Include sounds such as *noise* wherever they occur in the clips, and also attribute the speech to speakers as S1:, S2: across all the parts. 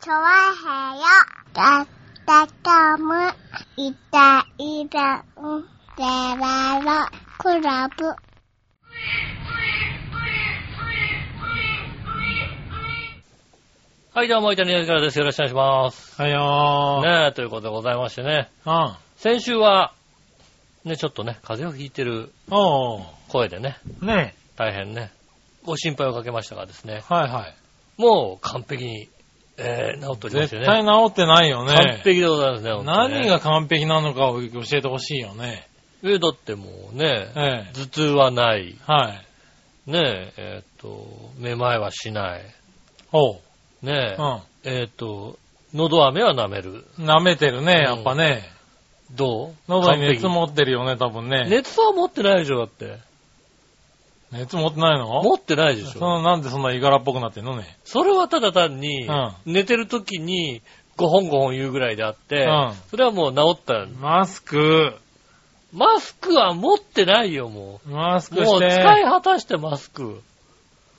S1: チョワヘヨだったかむいたいたんでららクラブ
S2: はい、どうも、イタリアンジャーです。よろしくお願いします。
S3: はいよー。
S2: ねえ、ということでございましてね。
S3: うん。
S2: 先週は、ね、ちょっとね、風邪をひいてる
S3: お
S2: 声でね、
S3: ー。ね
S2: 大変ね、ご心配をかけましたがですね、
S3: え。はいはい。
S2: もう完璧に、えー、治っておりまして
S3: 絶
S2: ね。
S3: 対治ってないよね。
S2: 完璧でございますね、本当にね
S3: 何が完璧なのかを教えてほしいよね。
S2: え、だってもうね、
S3: ええ。
S2: 頭痛はない。
S3: はい。
S2: ねえ、えーっと、めまいはしない。
S3: おう。
S2: ね
S3: う
S2: え、えーっと、喉飴は舐める。
S3: ん。舐めてるね、やっぱね。
S2: どう
S3: 喉に熱
S2: 完
S3: 持ってるよね、多分
S2: 璧
S3: ね。
S2: 熱は持ってないでしょ、だって。
S3: 熱持ってないの
S2: 持ってないでし
S3: そ
S2: ょ。
S3: のなんでそんなイガラっぽくなってんのね。
S2: それはただ単に
S3: うん、
S2: 寝てる時に、ごほんごほん言うぐらいであって
S3: うん、
S2: それはもう治った。
S3: マスク、
S2: マスクは持ってないよ、も
S3: マス
S2: う。
S3: ク
S2: も
S3: し
S2: う使い
S3: て。
S2: 果たしてマス
S3: *laughs*
S2: ク。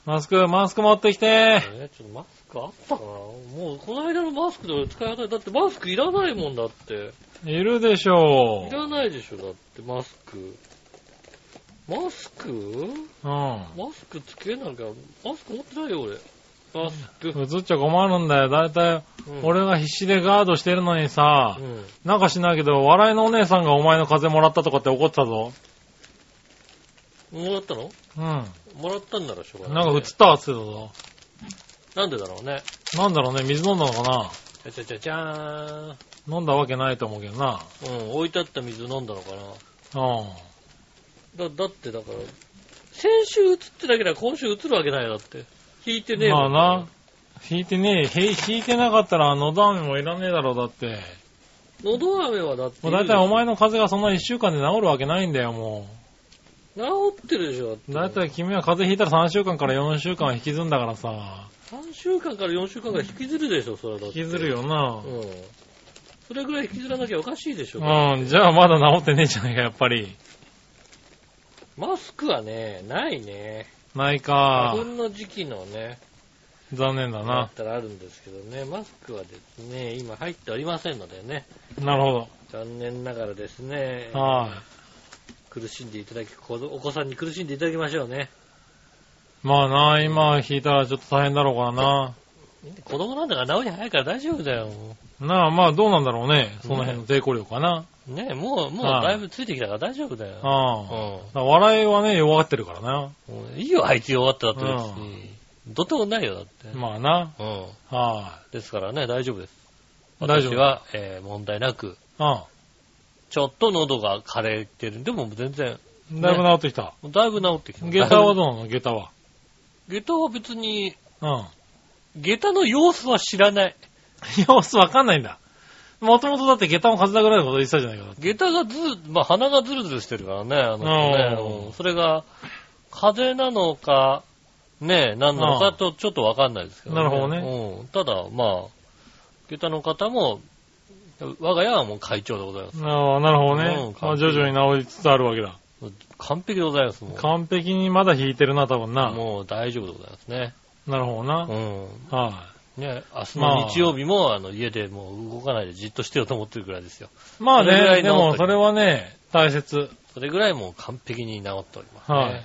S3: マスク、マスク持ってきて。
S2: えちょっとマスクあったかなもう、この間のマスクで俺使い果たしだってマスクいらないもんだって。
S3: いるでしょ
S2: いらないでしょ、だって、マスク。マスク
S3: う。うん。
S2: マスクつけなきゃ、マスク持ってないよ、俺。マスク。
S3: 映っちゃ困るんだよ。だいたい、
S2: うん、
S3: 俺が必死でガードしてるのにさ
S2: う、ん。
S3: なんかしないけど、笑いのお姉さんがお前の風邪もらったとかって怒ってたぞ。
S2: もらったの
S3: うん。
S2: もらったんならしょうが
S3: な
S2: ない、
S3: んか映ったわって言ってたぞ。
S2: なんでだろうね。
S3: なんだろうね、水飲んだのか
S2: じゃじゃじゃじゃーん。
S3: な飲んだわけないと思うけどな。
S2: うん、置いてあった水飲んだのか
S3: う
S2: な。だ、だってだから、先週映ってなければ今週映るわけないよ、だって。引いてねえ
S3: ん。ま
S2: も
S3: あ
S2: ん
S3: な。。引いてねえ、へい引いてなかったら、のど飴もいらねえだろう、だって。
S2: 喉飴はだって
S3: も
S2: いうるよ。
S3: だいたいお前の風邪がそんな一週間で治るわけないんだよ、も
S2: 治ってるでしょ、
S3: う。だいた
S2: い
S3: い君は風邪ひいたら3週間から4週間は引きずんだからさ。
S2: 3週間から4週間が引きずるでしょ、それはだっ
S3: 引
S2: て
S3: きずる。よな
S2: う。ん。それぐらい引きずらなきゃおかしいでしょ。
S3: うん、じゃあまだ治ってねえじゃねえか、やっぱり。
S2: マスクはね、ないね。
S3: ない
S2: 花粉
S3: か。
S2: の時期のね、
S3: 残念だ
S2: だ
S3: な
S2: っ。たらあるんですけどね、マスクはですね、今入っておりませんのでね、
S3: なるほ
S2: 残念ながらですね、
S3: ど。はい。
S2: 苦しんでいただき、こお子さんに苦しんでいただきましょうね。
S3: まあな、今引いたらちょっと大変だろうからな。
S2: 子供なんだから治り早いから大丈夫だよ。
S3: なあ、まあどうなんだろうね。その辺の抵抗力かな。
S2: ねもう、もう
S3: はい
S2: だいぶついてきたから大丈夫だよ。うん。
S3: ああ。
S2: も
S3: だから笑いはね、弱ってるからな。
S2: ういいよ、あいつ弱ったって別に。どうってことないよ、だって。
S3: まあな。
S2: うん。
S3: は
S2: ですからね、大丈夫です。
S3: 大丈夫
S2: 私は、えー問題なく、
S3: い。あ
S2: ちょっと喉が枯れてる。でも全然、
S3: あ。だいぶ治ってきた。
S2: だいぶ治ってきた。
S3: 下駄はどうなの下駄は。
S2: 下駄は別に、
S3: うん。
S2: 下駄の様子は知らない。
S3: *laughs* 様子わかんないんだ。もともとだって下駄も風邪だぐらいのこと言ってたじゃないか。
S2: 下駄がずー、まあ、鼻がズルズルしてるからね、あの子
S3: うん
S2: ねうんそれが、風邪なのか、ねえ、何なのかと、ちょっとわかんないですけど、
S3: なるほど
S2: うん。ただ、まあ、下駄の方も、我が家はもう会長でございます。
S3: ああ、なるほ
S2: う
S3: ど
S2: ん
S3: ね。
S2: 完
S3: まあ
S2: 璧
S3: 徐々に治りつつあるわけだ。
S2: 完璧でございます、もう。
S3: 完璧にまだ引いてるな、多分な。
S2: もう大丈夫でございますね。
S3: なるほどな
S2: う。ん。
S3: は
S2: ねえ明日の日曜日も、あの、家でもう動かないでじっとしてようと思ってるぐらいですよ。
S3: い。まあ
S2: それぐらい
S3: ね、
S2: 治
S3: で
S2: った
S3: もそれはね、大切。
S2: それぐらいもう完璧に治っておりますね。
S3: はい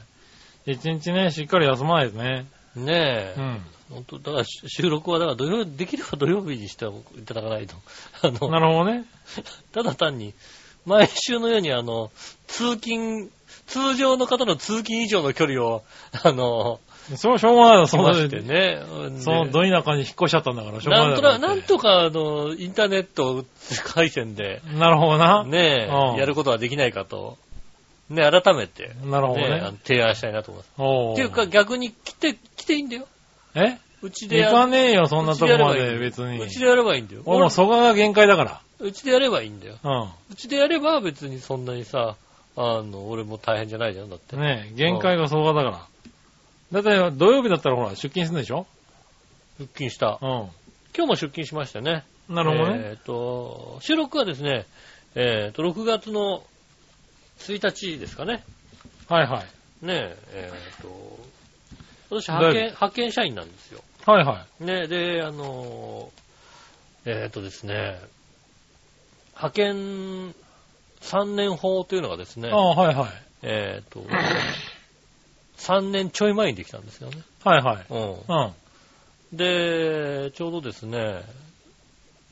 S3: 一日ね、しっかり休まないとね。
S2: ねえ。
S3: うん。
S2: 本当だからし収録はだから土曜、できれば土曜日にしていただかないと。 *laughs* あの、
S3: なるほどね。
S2: ただ単に、毎週のようにあの、通勤、通常の方の通勤以上の距離を、あの、
S3: そう、しょうがないだろ、
S2: 来
S3: その
S2: ましてね。うんで
S3: そのど田舎に引っ越しちゃったんだから、しょうが
S2: な
S3: なんい
S2: と
S3: だろ
S2: ななんとか、あの、インターネット回線で、
S3: なるほどな。
S2: ね
S3: うん
S2: え、やることはできないかと、ね、改めて、
S3: なるほど
S2: ねあの
S3: ね。
S2: 提案したいなと思います。
S3: おう
S2: っていうか、逆に来て、来ていいんだよ。
S3: え
S2: うちで
S3: 行
S2: や
S3: かねえよ、そん
S2: う
S3: な
S2: ち
S3: と
S2: やれ
S3: こま
S2: ばいい
S3: で別に
S2: う。ちでやればいいんだよ。
S3: 俺もそこが限界だか
S2: うちでやればいいんだよ。
S3: ら。
S2: うちでやれば別にそんなにさ、あの、俺も大変じゃないじゃん、だって。
S3: うん。ねえ、限界がそこだから。だって土曜日だったらほら、出勤するんでしょ
S2: 出勤した。
S3: う
S2: 今日も出勤しましたね。
S3: ん。なるほどね。
S2: えっ、と、収録はですね、えっ、と、6月の1日ですかね。
S3: はいはい。
S2: ねえ、えっ、と、私
S3: だ
S2: 派
S3: いぶ
S2: 遣、派遣社員なんですよ。
S3: はいは
S2: ねで、あのえーっとですね、派遣3年法というのがですね、
S3: ああ、はいはい。
S2: えーっと、3年ちょい前にできたんですよね。
S3: はいはい。
S2: うん
S3: うん。は
S2: で、ちょうどですね、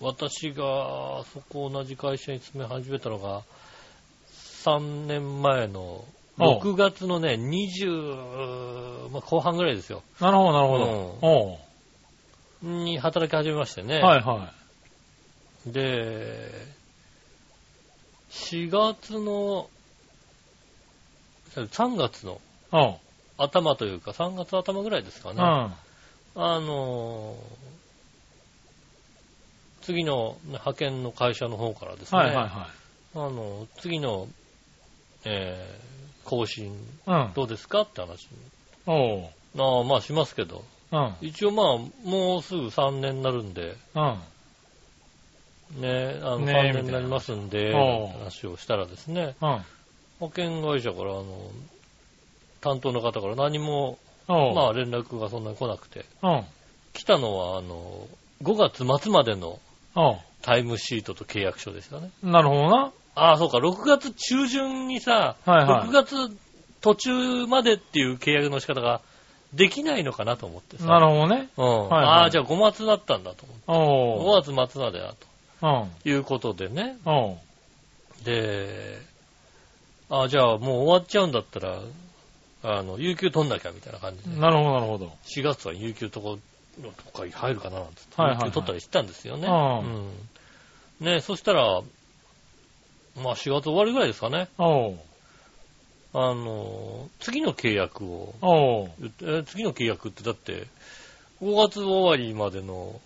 S2: 私がそこ同じ会社に勤め始めたのが、3年前の
S3: おう
S2: 6月のね、20、まあ、後半ぐらいですよ、
S3: なるほど、なるほど。お
S2: に働き始めましてね。
S3: うはいは
S2: で、4月の、3月の
S3: い。おう
S2: 頭というか、3月頭ぐらいですか
S3: う
S2: ね。
S3: ん。は
S2: あのー次の派遣の会社の方からです
S3: い
S2: ね、
S3: はいは
S2: あの次の、えー更新
S3: い。うん。
S2: どうですかって話
S3: おう。
S2: ああまあしますけど、
S3: うん。
S2: 一応まあもうすぐ3年になるんで、
S3: うん。
S2: ね、あの3
S3: ねえ
S2: 年になりますんで、
S3: みたいなおう
S2: 話をしたらですね、
S3: うん。
S2: 保険会社からあの担当の方から何も、
S3: おう。
S2: まあ連絡がそんなに来なくて、
S3: うん。
S2: 来たのはあの5月末までの
S3: お
S2: タイムシートと契約書でしたね。
S3: う。なるほどな。
S2: ああ、そうか、6月中旬にさ、
S3: はいはい
S2: 6月途中までっていう契約の仕方ができないのかなと思ってさ。
S3: なるほどね。
S2: うん。
S3: はいはい
S2: ああ、じゃあ5月だったんだと思って。
S3: おう。
S2: 5月末までだ
S3: うん。
S2: ということでね。
S3: おう。
S2: で、ああ、じゃあもう終わっちゃうんだったら、あの、有給取んなきゃみたいな感じで。
S3: なるほど、なるほど。
S2: 4月は有給とか、のとかに入るかななんて
S3: はいはいはい
S2: 有給取ったりしたんですよね。
S3: うん
S2: うん。ねそしたら、まあ4月終わりぐらいですかね。
S3: おう。
S2: あの、次の契約を、
S3: おう。
S2: えー次の契約ってだって、5月終わりまでの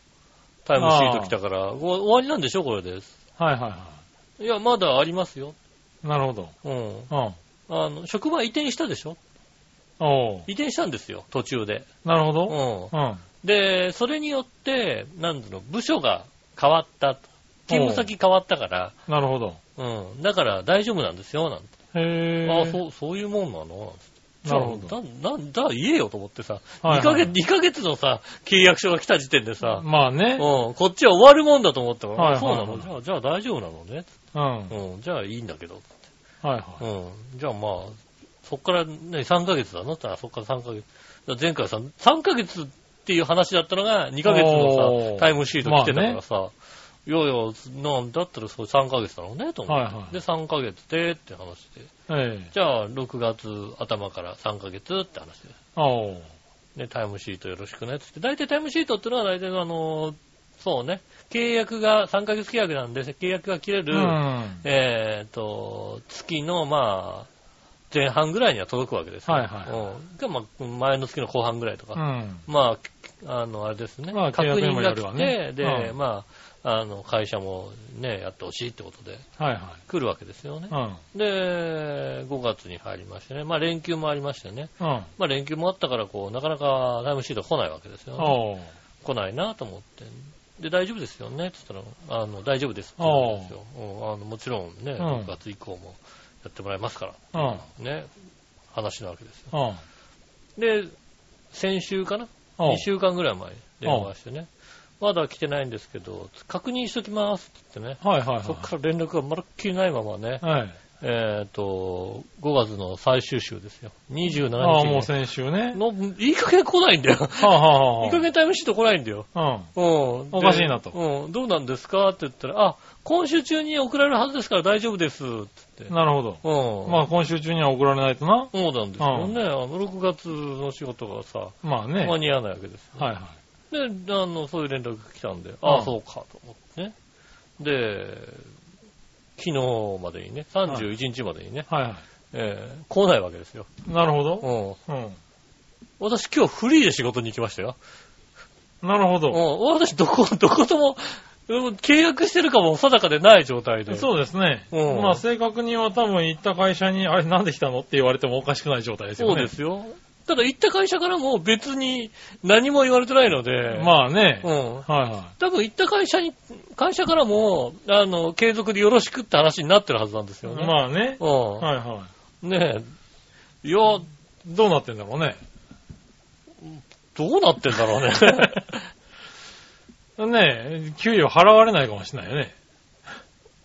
S2: タイムシート来たから、ご終わりなんでしょこれです。
S3: はいはいはい
S2: や、まだありますよ。
S3: い。なるほど。
S2: うん。
S3: うん。
S2: あの、職場移転したでしょ
S3: おう。
S2: 移転したんですよ、途中で。
S3: なるほ
S2: う
S3: ど。
S2: ん。
S3: うん。
S2: で、それによって、なんだろう、部署が変わった。勤務先変わったから、
S3: なるほど。
S2: うん。だから大丈夫なんですよ、なんて。
S3: へえ。
S2: ああ、そう、そういうもんなの
S3: なるほど。
S2: だ、なんだ、言えよと思ってさ、
S3: はいはい
S2: 2ヶ月、2ヶ月のさ、契約書が来た時点でさ、
S3: まあ
S2: うん、
S3: ね。
S2: こっちは終わるもんだと思ったから、
S3: はいはい
S2: そうな
S3: は
S2: の
S3: い
S2: じゃあ、じゃあ大丈夫なのね。
S3: うん。はい
S2: うん、じゃあいいんだけど。
S3: はい。
S2: うん、じゃあまあ、そっからね、3ヶ月だなったら、そっから3ヶ月。だから前回さ、3ヶ月っていう話だったのが、2ヶ月の
S3: お
S2: さ
S3: ー、
S2: タイムシート来てたからさ、いやいや、なんだったらそう3ヶ月なのね、と思って。
S3: はいはい
S2: で、3ヶ月でって話で。
S3: ええ。
S2: じゃあ、6月頭から3ヶ月って話で。
S3: おう。
S2: ね、タイムシートよろしくね、つって。大体タイムシートってのは大体あの、そうね、契約が3ヶ月契約なんで、契約が切れ
S3: う
S2: る、
S3: ん。
S2: えっ、と、月の、まあ、前半ぐらいには届くわけですよ
S3: はいは
S2: うん。が、まあ、前の月の後半ぐらいと
S3: う
S2: か。
S3: ん。
S2: まあ、あの、あれですね。
S3: まあ
S2: 確
S3: 契約に
S2: 認
S3: も
S2: が
S3: よ
S2: 来
S3: る
S2: て、
S3: わね
S2: で、
S3: うん
S2: まあ、あの、会社もね、やってほしいってことで
S3: はいは
S2: 来るわけですよね
S3: い。う。ん。
S2: で、5月に入りましてね。まあ、連休もありましてね。
S3: うん。
S2: まあ、連休もあったから、こう、なかなかタイムシート来ないわけですよね。
S3: おう。
S2: 来ないなと思って。で、大丈夫ですよねって言ったら、あの、大丈夫ですって言うんですよ。うんあのもちろんね、
S3: ん
S2: 6月以降もやってもらいますか
S3: うん。うん。
S2: ら、ね、話なわけですよ。
S3: おう。
S2: で、先週かな ?2 週間ぐらい前に電話してね、まだ来てないんですけど、確認しときますって言ってね、
S3: はいはいはい。
S2: そっから連絡がまるっきりないままね、
S3: はい。
S2: えっ、と、5月の最終週ですよ。27
S3: ああ、
S2: 日
S3: もう
S2: に
S3: 先週ね。
S2: の、いい加減来ないんだよ。
S3: はあは
S2: いい
S3: あは
S2: 加減タイムシート来ないんだよ。
S3: あ。うん。
S2: うん。お
S3: おかしいなと
S2: うん。どうなんですかって言ったら、あ、今週中に送られるはずですから大丈夫です。って言って。
S3: なるほど。
S2: うん。
S3: まあ今週中には送られないとな。
S2: そうなんですよね。あの、6月の仕事がさ、
S3: まあね。は
S2: 間
S3: い
S2: に合わないわけです。
S3: はい。
S2: で、あの、そういう連絡が来たんで、あ
S3: うん
S2: そうか、と思ってね。で、昨日までにね、31日までにね、
S3: はいは
S2: えー来ないわけですよ。
S3: い。なるほど。
S2: うん。
S3: うん。
S2: 私今日フリーで仕事に行きましたよ。
S3: なるほ
S2: うん。
S3: ど。
S2: 私どこ、どことも、うん契約してるかも定かでない状態で。
S3: そうですね。
S2: うん
S3: まあ正確には多分行った会社に、あれなんで来たのって言われてもおかしくない状態ですよ
S2: そ
S3: ね。
S2: うですよ。ただ行った会社からも別に何も言われてないので、
S3: まあね。
S2: う
S3: はい
S2: ん。
S3: は
S2: 多分行った会社に、会社からも、あの、継続でよろしくって話になってるはずなんですよね。
S3: い。まあね。
S2: うん。
S3: はいは
S2: ねえ。いや、
S3: い。どうなってんだろうね。 *laughs*
S2: どうなってんだろうね。
S3: ねえ、給料払われないかもしれないよね。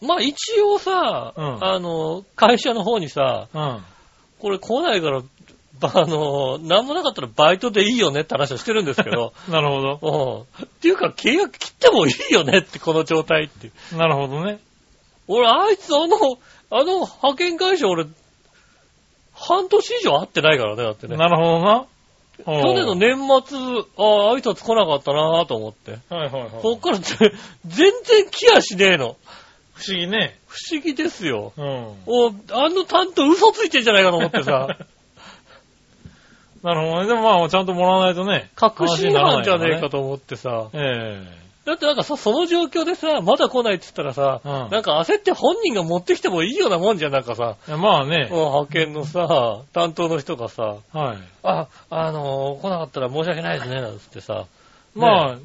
S2: まあ一応さ、
S3: うん
S2: あの、会社の方にさ、
S3: うん。
S2: これ来ないから、ばあの、なんもなかったらバイトでいいよねって話をしてるんですけ
S3: *laughs*
S2: ど、
S3: なるほど。
S2: うん。っていうか契約切ってもいいよねって、この状態って。
S3: なるほどね。
S2: 俺、あいつ、あの、あの派遣会社俺、半年以上会ってないからね、だってね。
S3: なるほどな。
S2: 去年の
S3: ね。
S2: 年末、ああ、挨拶来なかったなと思って。
S3: はいはいはい。
S2: こ
S3: 不思
S2: っから *laughs* ぜ全然来やしねえの。
S3: 議ね。
S2: 不思議ですよ。
S3: うん。
S2: お、あの担当嘘ついてんじゃないかと思って
S3: *laughs*
S2: さ、
S3: なるほどね。でもまあ、ちゃんともらわないとね。
S2: 確信犯じゃねえか
S3: と。
S2: と思ってさ。
S3: え
S2: だってなんかさ、その状況でさ、まだ来ないって言ったらさ、
S3: うん
S2: なんか焦って本人が持ってきてもいいようなもんじゃん、なんかさ、
S3: えまあ
S2: うん
S3: ね。
S2: 派遣のさ、担当の人がさ、
S3: はい。
S2: あ、あのー来なかったら申し訳ないですね、なんつってさ。
S3: まあ、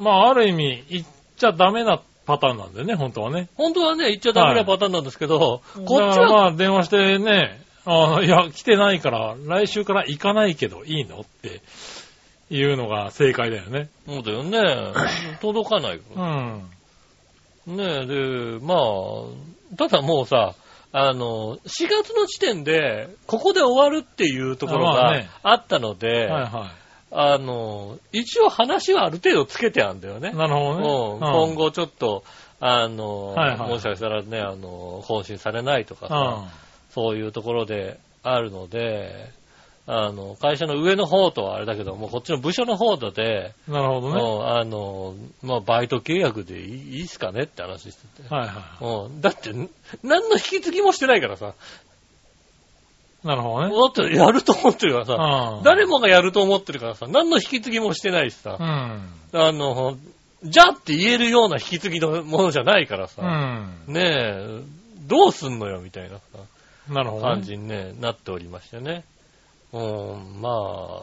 S3: まあ、ある意味、言っちゃダメなパターンなんだよね、本当はね。
S2: 本当はね、言っちゃダメなパターンなんですけど、こっ
S3: だ
S2: ち
S3: から
S2: は、
S3: まあ、電話してね、あいや、来てないから、来週から行かないけど、いいのっていうのが正解だよね。
S2: そうだよ
S3: *laughs*
S2: ね、届かないか
S3: うん。
S2: ら。ねで、まあ、ただもうさ、あの、4月の時点で、ここで終わるっていうところ
S3: まあ
S2: が
S3: ね
S2: あったので、
S3: はいは
S2: あの、一応話はある程度つけてあんだよね
S3: い。。なるほ
S2: うん、
S3: どね。うん
S2: 今後ちょっと、あの、
S3: はいはい
S2: もしかしたらね、あの、更新されないとか
S3: う
S2: さ、
S3: ん。
S2: そういうところであるので、あの、会社の上の方とはあれだけど、もうこっちの部署の方とで、
S3: なるほど
S2: う
S3: ね。
S2: んあの、まあ、バイト契約でいいいいっすかねって話してて。
S3: はいは
S2: うん、だって、ん何の引き継ぎもしてないからさ。
S3: い。なるほ
S2: だ
S3: どね。
S2: ってやると思ってるからさ、
S3: うん
S2: 誰もがやると思ってるからさ、何の引き継ぎもしてないし
S3: う
S2: さ、
S3: ん。
S2: あの、じゃって言えるような引き継ぎのものじゃないから
S3: う
S2: さ、
S3: ん。
S2: ねえ、どうすんのよみたいなさ。
S3: なるほど
S2: 感
S3: ね。
S2: じに、ね、なっておりましてね。うん、まあ、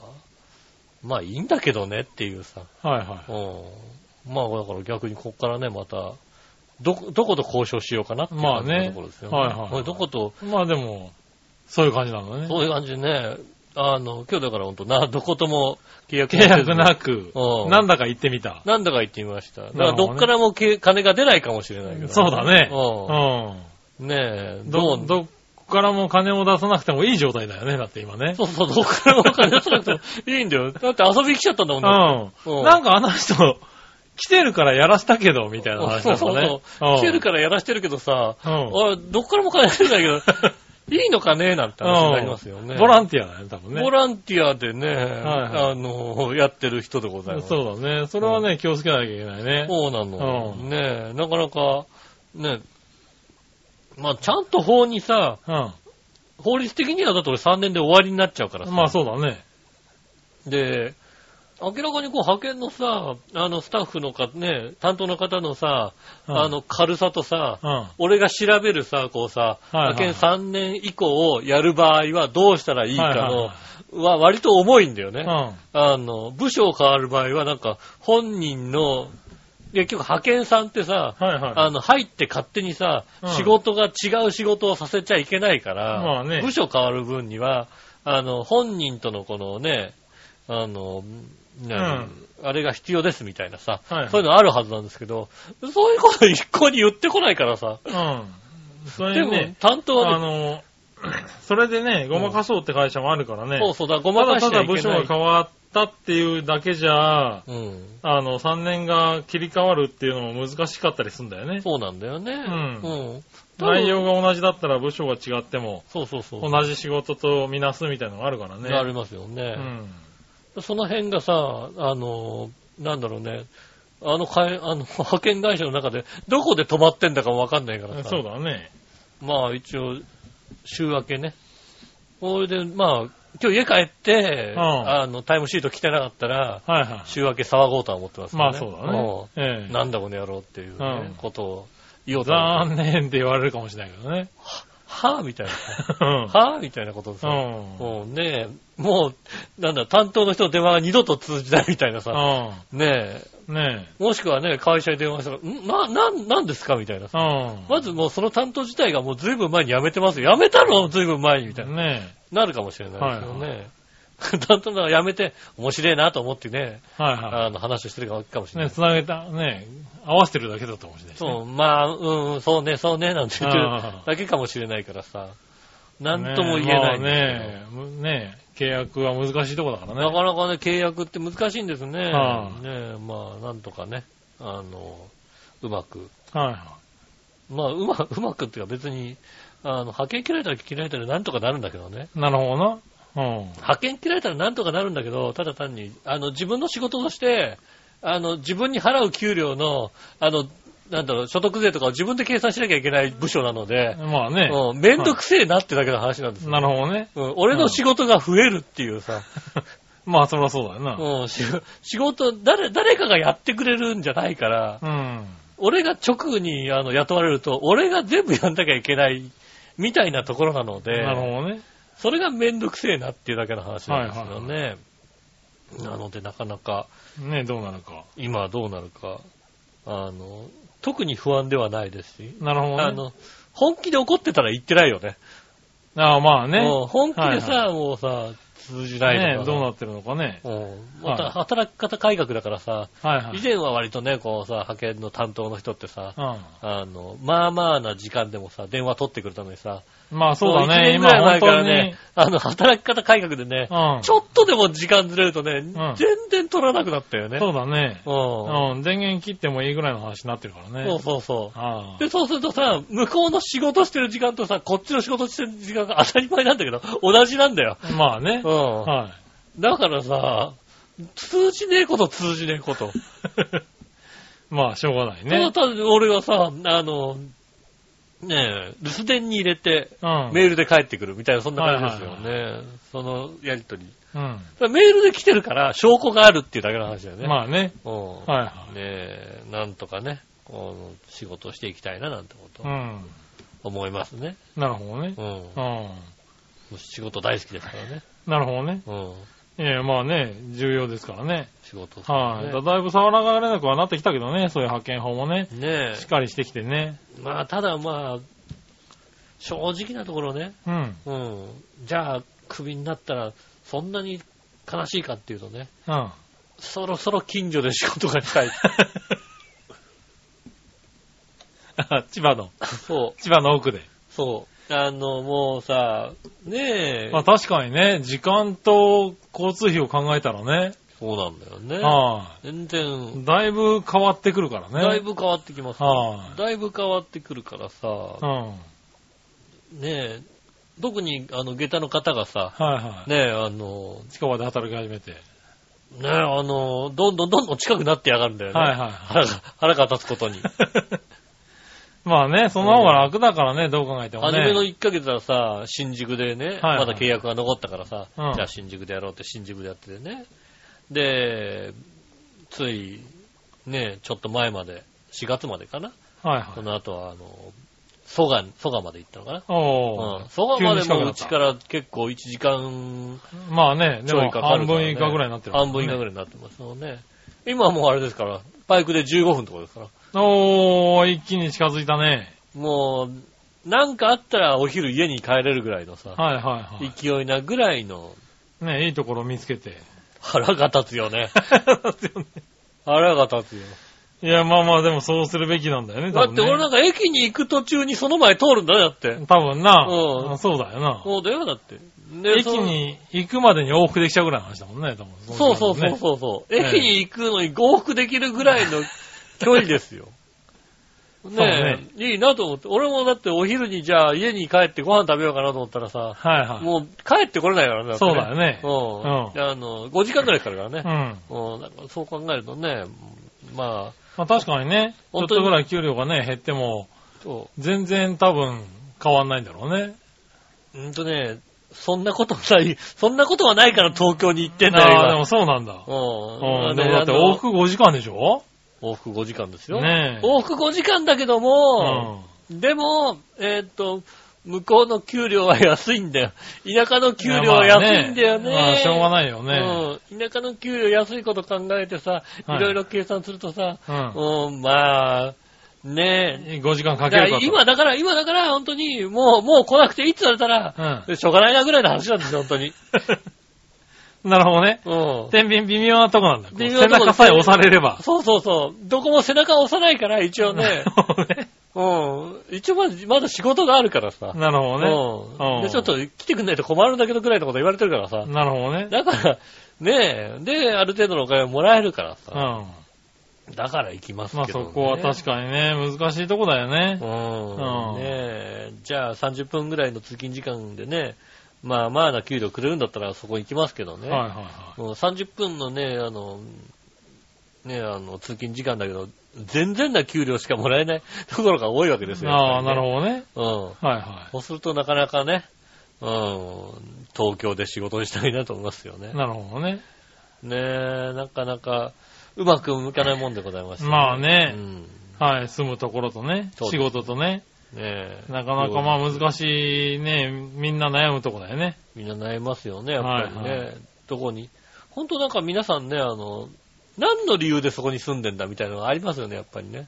S2: まあいいんだけどねっていうさ。
S3: はいは
S2: うん。まあだから逆にこっからね、また、どこ、どこと交渉しようかなっていう
S3: まあ
S2: 感じ
S3: ね
S2: のところですよね。
S3: はいはいはい
S2: これどこと、
S3: い。まあでも、そういう感じなんだね。
S2: そういう感じでね、あの、今日だから本当な、どことも契約
S3: 契約なく、
S2: うん
S3: なんだか言ってみた。
S2: なんだか言ってみました。だか
S3: な
S2: ら
S3: るほどね
S2: どっからもけ金が出ないかもしれないけど、
S3: そうだね。
S2: う
S3: うん。
S2: ん。ねえ、ど
S3: ど、
S2: う、
S3: どっからも金を出さなくてもいい状態だよね、だって今ね。
S2: そうそう、どっからも金出さなくてもいいんだよ。だって遊びに来ちゃったんだもんだって
S3: うん。
S2: うん
S3: なんかあの人、来てるからやらしたけど、みたいな話だ
S2: そう
S3: った
S2: そう
S3: ね
S2: そ。う。来てるからやらしてるけどさ、
S3: ら。うん。
S2: 俺、どっからも金出ないけ
S3: *laughs*
S2: ど、いいのかねなんて話になりますよね。
S3: ボラ
S2: ン
S3: ンティアだね、多分ね。
S2: ボランティアでね、
S3: は
S2: あの、やってる人でございます。そう
S3: そうだね。それはね、気をつけなきゃいけないね。
S2: なの。
S3: うん
S2: ねえ、なかなか、ねえ、まあ、ちゃんと法にさ、
S3: う
S2: 法律的にはだって俺3年で終わりになっちゃうからさ。
S3: ん。まあそうだね。
S2: で、明らかにこう派遣のさ、あのスタッフのか、ね、担当の方のさ、
S3: うん
S2: あの軽さとさ、
S3: うん。は
S2: 俺が調べるさ、こうさ、
S3: はいはい
S2: 派遣3年以降をやる場合はどうしたらいいか
S3: はいはい
S2: の、は割と重いんだよ
S3: う
S2: ね。
S3: ん。
S2: あの、部署を変わる場合はなんか本人の、結局派遣さんってさ、
S3: はいはい。
S2: あの、入って勝手にさ、
S3: うん
S2: 仕事が違う仕事をさせちゃいけないから、
S3: まあね
S2: 部署変わる分には、あの、本人とのこのね、あの、何あれが必要ですみたいなさ、
S3: はいはい
S2: そういうのあるはずなんですけど、そういうこと一向に言ってこないからさ、
S3: うん。そ
S2: で
S3: れに
S2: も
S3: ね、
S2: 担当は
S3: あ
S2: ね、
S3: の、それでね、ごまかそうって会社もあるからね。
S2: そうそうだ、ご
S3: た
S2: ま
S3: だ
S2: かしたては
S3: だ
S2: いけ
S3: 部署
S2: な
S3: が
S2: い。
S3: 変わったっていうだけじゃ、
S2: うん。
S3: あの、3年が切り替わるっていうのも難しかったりするんだよね。
S2: そうなんだよね。
S3: ん
S2: うん。多分
S3: 内容が同じだったら部署が違っても、
S2: そうそうそう。
S3: 同じ仕事とみなすみたいなのがあるからね。
S2: ありますよね。
S3: うん。
S2: その辺がさ、あの、なんだろうね、あの会、あの、 *laughs* 派遣会社の中で、どこで止まってんだかもわかんないからさ。
S3: そうだね。
S2: まあ一応、週明けね。それで、まあ、今日家帰って、
S3: うん
S2: あの、タイムシート来てなかったら、
S3: はいは
S2: 週明け騒ごうとは思ってます
S3: い。
S2: よね。
S3: まあそうだね。え
S2: う
S3: え
S2: ん。なんだこの野郎っていうね、
S3: うん
S2: ことを言おうと思って
S3: 残念って言われるかもしれないけ
S2: *laughs*
S3: どね。
S2: はぁみたいな。
S3: うん
S2: はぁみたいなことでさ。
S3: うん。
S2: もうねもう、なんだ、担当の人の電話が二度と通じないみたいなさ。ねえ、
S3: うん。ね
S2: もしくはね、会社に電話したら、んな、な、なんですかみたいな
S3: え。
S2: さ。
S3: うん。
S2: まずもうその担当自体がもう随分前に辞めてますよ。辞めたの随分前にみたいな。
S3: ね
S2: なるかもしれないですよね。だんだんやめて、面白いなと思ってね、
S3: はいはい。
S2: あの、話をしてるかかもしれない。
S3: ね、つなげた、ね、合わせてるだけだったかもしれないしね、
S2: そう、まあ、うん、そうね、そうね、なんて言ってる
S3: あー
S2: だけかもしれないからさ、な
S3: ね
S2: んとも言えないん
S3: ま
S2: で
S3: あ
S2: すけど
S3: ねむね契約は難しいとこだから
S2: な
S3: ね。
S2: かなかね、契約って難しいんですね。
S3: は
S2: ね
S3: い
S2: えまあ、なんとかね、あの、うまく、
S3: はいは
S2: まあ、うまうまくっていうか別に、あの、派遣切られたら切られたらなんとかなるんだけどね。
S3: い。なるほどな。うん。
S2: 派遣切られたらなんとかなるんだけど、ただ単に、あの、自分の仕事として、あの、自分に払う給料の、あの、なんだろう、所得税とかを自分で計算しなきゃいけない部署なので、
S3: まあね。
S2: うん、めんどくせえなってだけの話なんですよ。
S3: なるほどね。
S2: うん、俺の仕事が増えるっていうさ、
S3: まあそりゃそうだよな。
S2: うん、し *laughs* 仕事、誰、誰かがやってくれるんじゃないから、
S3: うん。
S2: 俺が直にあの雇われると、俺が全部やんなきゃいけない、みたいなところなので、
S3: なるほどね。
S2: それがめんどくせえなっていうだけの話なんですよね。なので、なかなか、
S3: ね、どうなるか。
S2: 今はどうなるか、あの、特に不安ではないですし、
S3: なるほどね。
S2: あの、本気で怒ってたら言ってないよね。
S3: ああまあね。
S2: もう本気でさ、
S3: は
S2: もうさ、通じない
S3: ね
S2: のか
S3: どう
S2: な。
S3: なってるのかね。
S2: うんまた
S3: はい
S2: 働き方改革だからさ、
S3: はいはい。
S2: 以前は割とね、こうさ、派遣の担当の人ってさ、
S3: う
S2: あの、まあまあな時間でもさ、電話取ってくれたのにさ、
S3: ん。まあそうだ
S2: も
S3: ね。
S2: 一年ぐ
S3: 今
S2: らい前
S3: 本
S2: から
S3: 当に
S2: ね。、あの、働き方改革でね、
S3: うん。
S2: ちょっとでも時間ずれるとね、
S3: ん
S2: 全然取らなくなったよね。
S3: そうだね。
S2: うん
S3: うん。電源切ってもいいぐらいの話になってるからね。
S2: そうそうそう。
S3: ああ
S2: で、そうするとさ、向こうの仕事してる時間とさ、こっちの仕事してる時間が当たり前なんだけど、同じなんだよ。
S3: まあね。
S2: う
S3: は
S2: ん。だからさ、通じねえこと通じねえ
S3: *laughs*
S2: こと。
S3: い。まあ、しょうがない
S2: ただ
S3: ね。
S2: 単に俺がさ、あの、ねえ、留守電に入れて、
S3: うん。
S2: メールで返ってくるみたいな、そんな感じですよね。そのやりとり。
S3: うん。
S2: メールで来てるから、証拠があるっていうだけの話だよね。
S3: まあね。
S2: うん。
S3: はいは
S2: ねえ、なんとかね、この仕事をしていきたいななんてこと
S3: い。う
S2: を
S3: ん。
S2: 思いますね。
S3: なるほどね
S2: う。ん。
S3: う
S2: 仕事大好きですからね。
S3: ん。なるほどね。
S2: うん。
S3: いや、まあね、重要ですからね。
S2: 仕事好き
S3: は
S2: で
S3: い。
S2: す
S3: だだいぶ触らがれなくはなってきたけどね、そういう派遣法もね。
S2: ね。ね
S3: しっかりしてきてね。
S2: え。まあ、ただまあ、正直なところね、
S3: うん。
S2: うん。じゃあ、クビになったら、そんなに悲しいかっていうとね、
S3: うん。 *laughs*
S2: そろそろ近所で仕事がしたい。
S3: 千葉の、
S2: そう。
S3: 千葉の奥で。
S2: そう。あの、もうさ、ねえ。
S3: まあ確かにね、時間と交通費を考えたらね、
S2: そうなんだよね。
S3: は
S2: 全然、
S3: い。だいぶ変わってくるからね。
S2: だい。ぶ変わってきます、
S3: はい
S2: だいぶ変わってくるからさ、
S3: うん。はい
S2: ねえ、特に、あの、下駄の方がさ、
S3: はい。
S2: ねえ、あの、
S3: 近場で働き始めて。
S2: ねえ、あの、どんどんどんどん近くなってやがるんだよね。
S3: はいはいはい。
S2: 腹が、腹が立つことに。
S3: *laughs* まあね、その方が楽だからね、どう考えても
S2: 初
S3: ね。
S2: めの1ヶ月はさ、新宿でね、
S3: はいはい
S2: まだ契約が残ったからさ、
S3: うん
S2: じゃあ新宿でやろうって新宿でやっててね。で、つい、ね、ちょっと前まで、4月までかな。
S3: はい
S2: そ
S3: はい。
S2: の後は、あの、蘇我、蘇我まで行ったのかな。
S3: お
S2: うん
S3: ー。
S2: 蘇我まで
S3: 急に近く
S2: も
S3: な
S2: う
S3: った
S2: ちから結構1時間
S3: まあね、で
S2: ちょ
S3: も
S2: いかか
S3: 半
S2: るから、
S3: 分
S2: ね。
S3: 以下ぐらいになってるからね。
S2: 半分以下ぐらいになってますもんね。今はもうあれですから、バイクで15分とかですから。
S3: おー、一気に近づいたね。
S2: もう、なんかあったらお昼家に帰れるぐらいのさ、
S3: はいはいは
S2: 勢いなぐらいの
S3: い。ね、いいところ見つけて。
S2: 腹が立つよ
S3: *laughs*
S2: ね。腹が立つよ。
S3: いや、まあまあ、でもそうするべきなんだよね、
S2: だ
S3: 多
S2: っ
S3: 分
S2: て
S3: ね
S2: 俺なんか駅に行く途中にその前通るんだよ、だって。
S3: 多分な、
S2: うん
S3: あそうだよな。
S2: そうだよ、だって。で
S3: 駅に行くまでに往復できちゃうぐらいの話だもんね、多分。
S2: そうそうそう
S3: なるとね
S2: そうそう、
S3: ええ
S2: 駅に行くのに合服できるぐらいの距離です
S3: *laughs*
S2: よ。ねえ、いいなと思って。俺もだってお昼にじゃあ家に帰ってご飯食べようかなと思ったらさ、
S3: はいはい。
S2: もう帰ってこれないからね。って
S3: そうだよね。
S2: うん。
S3: う
S2: あの、5時間くらいかかるから
S3: う
S2: ね。
S3: ん。
S2: うん、だからそう考えるとね、まあ、
S3: まあ確かにね、ちょ
S2: 本
S3: っ
S2: 当に
S3: とぐらい給料がね、減っても、
S2: そ
S3: 全然多分変わんないんだろうね。
S2: う、うんとね、そんなことない、そんなことはないから東京に行ってんだよ、
S3: ああ、
S2: 今
S3: でもそうなんだ。
S2: う。
S3: うんん、でもだって往復5時間でしょ
S2: 往復5時間ですよ。
S3: ねえ。
S2: 往復5時間だけど
S3: う
S2: も、
S3: ん。
S2: でも、えーっと、向こうの給料は安いんだよ。田舎の給料は安いんだよね。
S3: まあまあしょうがないよね。
S2: うん。田舎の給料安いこと考えてさ、
S3: はい
S2: いろいろ計算するとさ、
S3: うん。
S2: うん、まあ、ねえ。
S3: 5時間
S2: だ
S3: かけ
S2: から
S3: るかと。
S2: 今だから、今だから、本当に、もう、もう来なくていいって言われたら、
S3: う
S2: しょうがないなぐらいの話なんですよ、本当に。
S3: *laughs* なるほどね。
S2: うん。
S3: 天秤微妙なとこなんだ。こう
S2: 微
S3: 背
S2: 妙なとこ
S3: 中さえ押されれば。
S2: そうそうそう。どこも背中押さないから、一応
S3: なる
S2: ね。
S3: ほどね。
S2: うん。一応まだ、まだ仕事があるからさ。
S3: *laughs* なるほど
S2: うん。
S3: うん
S2: で、ちょっと来てくんないと困るんだけどぐらいのこと言われてるからさ
S3: ね。。なるほどね。
S2: だから、ねえ、で、ある程度のお金をもらえるから
S3: うん。
S2: さ。
S3: ま
S2: だから行きますけど、
S3: あ
S2: ね。
S3: そこは確かにね、難しいとこだよね。
S2: うん。
S3: うん
S2: ねえ、じゃあ30分ぐらいの通勤時間でね、まあまあな給料くれるんだったらそこ行きますけどね。
S3: はいはいは
S2: もう30分のね、あの、ね、あの、通勤時間だけど、全然な給料しかもらえない *laughs* ところが多いわけです
S3: い。
S2: よ。
S3: ああ、なる
S2: ほ
S3: ほどね。
S2: ど。うん。
S3: はいは
S2: そうするとなかなかね、うん、東京で仕事にしたいなと思いますよね
S3: い。。なるほどね。
S2: ねえ、なかなか、うまく向かないもんでございました、
S3: まあね
S2: うん。ね
S3: はい、住むところとね、
S2: そうで
S3: 仕
S2: す
S3: 事とね、
S2: え。
S3: なかなかまあ難しいね、みんな悩むとこだよね。
S2: みんな悩みますよね、やっぱりね。
S3: はいは
S2: どこに。本当なんか皆さんね、あの、何の理由でそこに住んでんだみたいなのがありますよね、やっぱりね。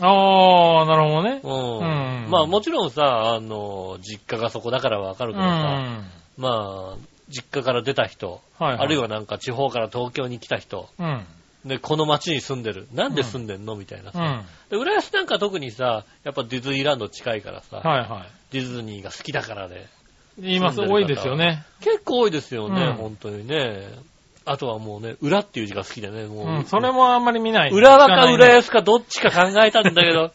S3: ああ、なるほどね。
S2: うん。
S3: うん
S2: まあもちろんさ、あの、実家がそこだからわかる
S3: う
S2: け
S3: ん。
S2: どさ、
S3: は
S2: まあ、実家から出た人、
S3: いはい。
S2: あるいはなんか地方から東京に来た人、
S3: うん。
S2: で、この町に住んでる。なんで住んでんのみたいな
S3: う
S2: さ。
S3: ん。はい
S2: で、浦安なんか特にさ、やっぱディズニーランド近いからさ、
S3: は
S2: ディズニーが好きだからで、
S3: い。言います、
S2: 住んでる方
S3: 多いですよね。
S2: 結構多いですよね、
S3: うん
S2: 本当にね。あとはもうね、裏っていう字が好きでね、もう。
S3: うん、それもあんまり見ない。
S2: 浦和か
S3: 聞
S2: 浦
S3: ないね
S2: 安かどっちか考えたんだけ
S3: *laughs*
S2: ど、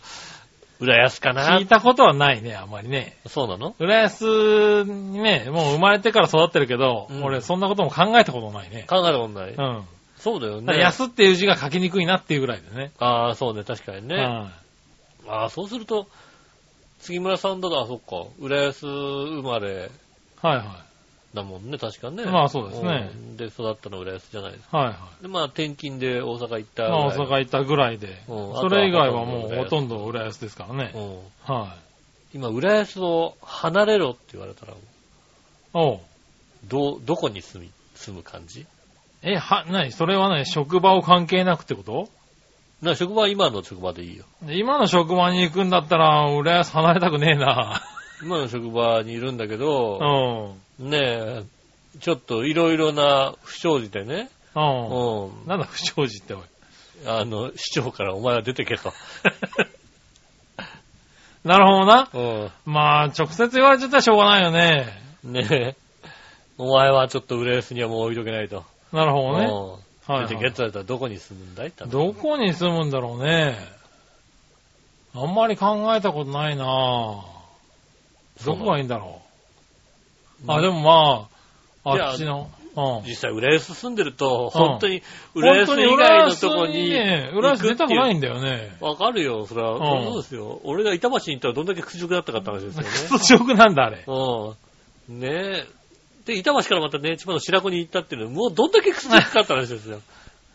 S2: 浦安かな
S3: 聞いたことはないね、あんまりね。
S2: そうなの
S3: 浦安にね、もう生まれてから育ってるけど、
S2: うん
S3: 俺そんなことも考えたことないね。
S2: 考えたことない。
S3: うん。
S2: そうだよ
S3: ただ
S2: ね。
S3: 安っていう字が書きにくいなっていうぐらいでね。
S2: ああ、そうね、確かにね。
S3: うん
S2: ああ、そうすると、杉村さんだと、あ、そっか、浦安生まれ
S3: はいは
S2: だもんね、確かね。
S3: まあそうですね
S2: うん。で、育ったの浦安じゃないですか。
S3: い。はいはい。
S2: で、まあ、転勤で大阪行った。
S3: まあ大阪行ったぐらいで、
S2: うん
S3: それ以外はもうほとんど浦安ですからね。
S2: うん。
S3: は
S2: 今、浦安を離れろって言われたら、
S3: い。おう
S2: どう、どこに住み、住む感じ
S3: え、は、なにそれはね、職場を関係なくってこと
S2: な、職場は今の職場でいいよ。
S3: で今の職場に行くんだったら、浦安離れたくねえな。
S2: 今の職場にいるんだけ
S3: う
S2: ど、
S3: ん。うん。
S2: ねえ、ちょっといろいろな不祥事でね、うん、
S3: なんだ、不祥事っておい。
S2: あの、市長からお前は出てけ
S3: *laughs*
S2: と。
S3: なるほどな。
S2: う
S3: まあ、直接言われちゃったらしょうがないよね。
S2: ん、 *laughs* ねえ、お前はちょっと浦安にはもう置いとけないと。
S3: なるほどね。
S2: うん
S3: はい、
S2: 出てけって言われたらどこに住むんだいって話
S3: どこに住むんだろうね。あんまり考えたことないなどこがいいんだろう。あ、でもま
S2: いや
S3: あ、あっちの。うん。
S2: 実際、浦安住んでると、
S3: ん
S2: 本当に、浦
S3: 本
S2: 安
S3: 当に
S2: 以
S3: 浦
S2: 外の
S3: 安
S2: とこ
S3: に
S2: に、
S3: ね、浦安出たくないんだよね。
S2: わかるよ、それは。
S3: うん
S2: そうですよ。俺が板橋に行ったらどんだけ屈辱だったかって話ですよ
S3: *laughs*
S2: ね。
S3: 屈辱なんだ、あれ。
S2: うん。ねえ。で、板橋からまたね、千葉の白子に行ったっていうのは、もうどんだけ屈辱かって話です
S3: *laughs*
S2: よ。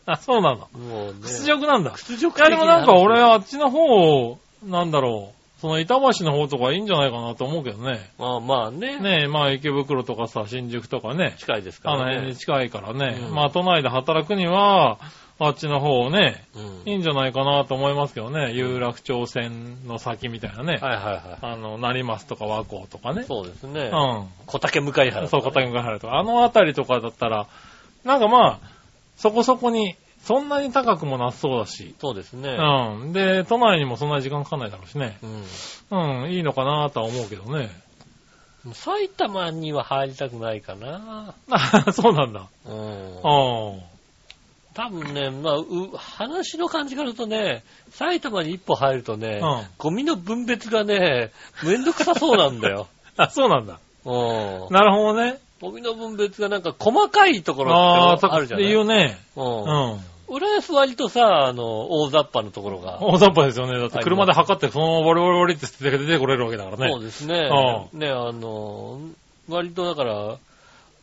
S3: あ、そうなの。
S2: もうね。
S3: 屈辱なんだ。
S2: 屈辱
S3: いや、でもなんか俺、あっちの方、なんだろう。その板橋の方とかいいんじゃないかなと思うけどね。
S2: まあまあね。
S3: ねえ、まあ池袋とかさ、新宿とかね。
S2: 近いですか
S3: あの
S2: ら
S3: 辺
S2: ね
S3: に。近いからね。
S2: うん
S3: まあ都内で働くには、あっちの方をね、
S2: うん
S3: いいんじゃないかなと思いますけどね。有楽町線の先みたいなね。
S2: はいはいは
S3: あの、成増とか和光とかね
S2: い。。そうですね。
S3: うん。
S2: 小竹向原とかね。
S3: そう、片山原とか。あの辺りとかだったら、なんかまあ、そこそこに、そんなに高くもなさそうだし。
S2: そうですね。
S3: うん。で、都内にもそんなに時間かかんないだろうしね。
S2: うん
S3: うん、いいのかなとは思うけど
S2: *laughs*
S3: ね。
S2: 埼玉には入りたくないかな。
S3: あそうなんだ。
S2: うん。
S3: うん。
S2: 多分ね、まあ、う話の感じから言うとね、埼玉に一歩入るとね、
S3: うん
S2: ゴミの分別がね、めんどくさそうなんだ *laughs* よ。
S3: あ、そうなんだ。
S2: うん。
S3: なるほどね。
S2: ゴミの分別がなんか細かいところ
S3: ああ、
S2: って
S3: そ
S2: あ
S3: こ
S2: る
S3: っ
S2: じ
S3: て
S2: ゃない
S3: 言うね。う
S2: うん。
S3: ん。
S2: 浦安割とさ、あの、大雑把なところが。
S3: 大雑把ですよね。だって車で測って、そのままボリボリボリって捨てて出てこれるわけだから
S2: そう
S3: ね。
S2: ですね。ね、あの、割とだから、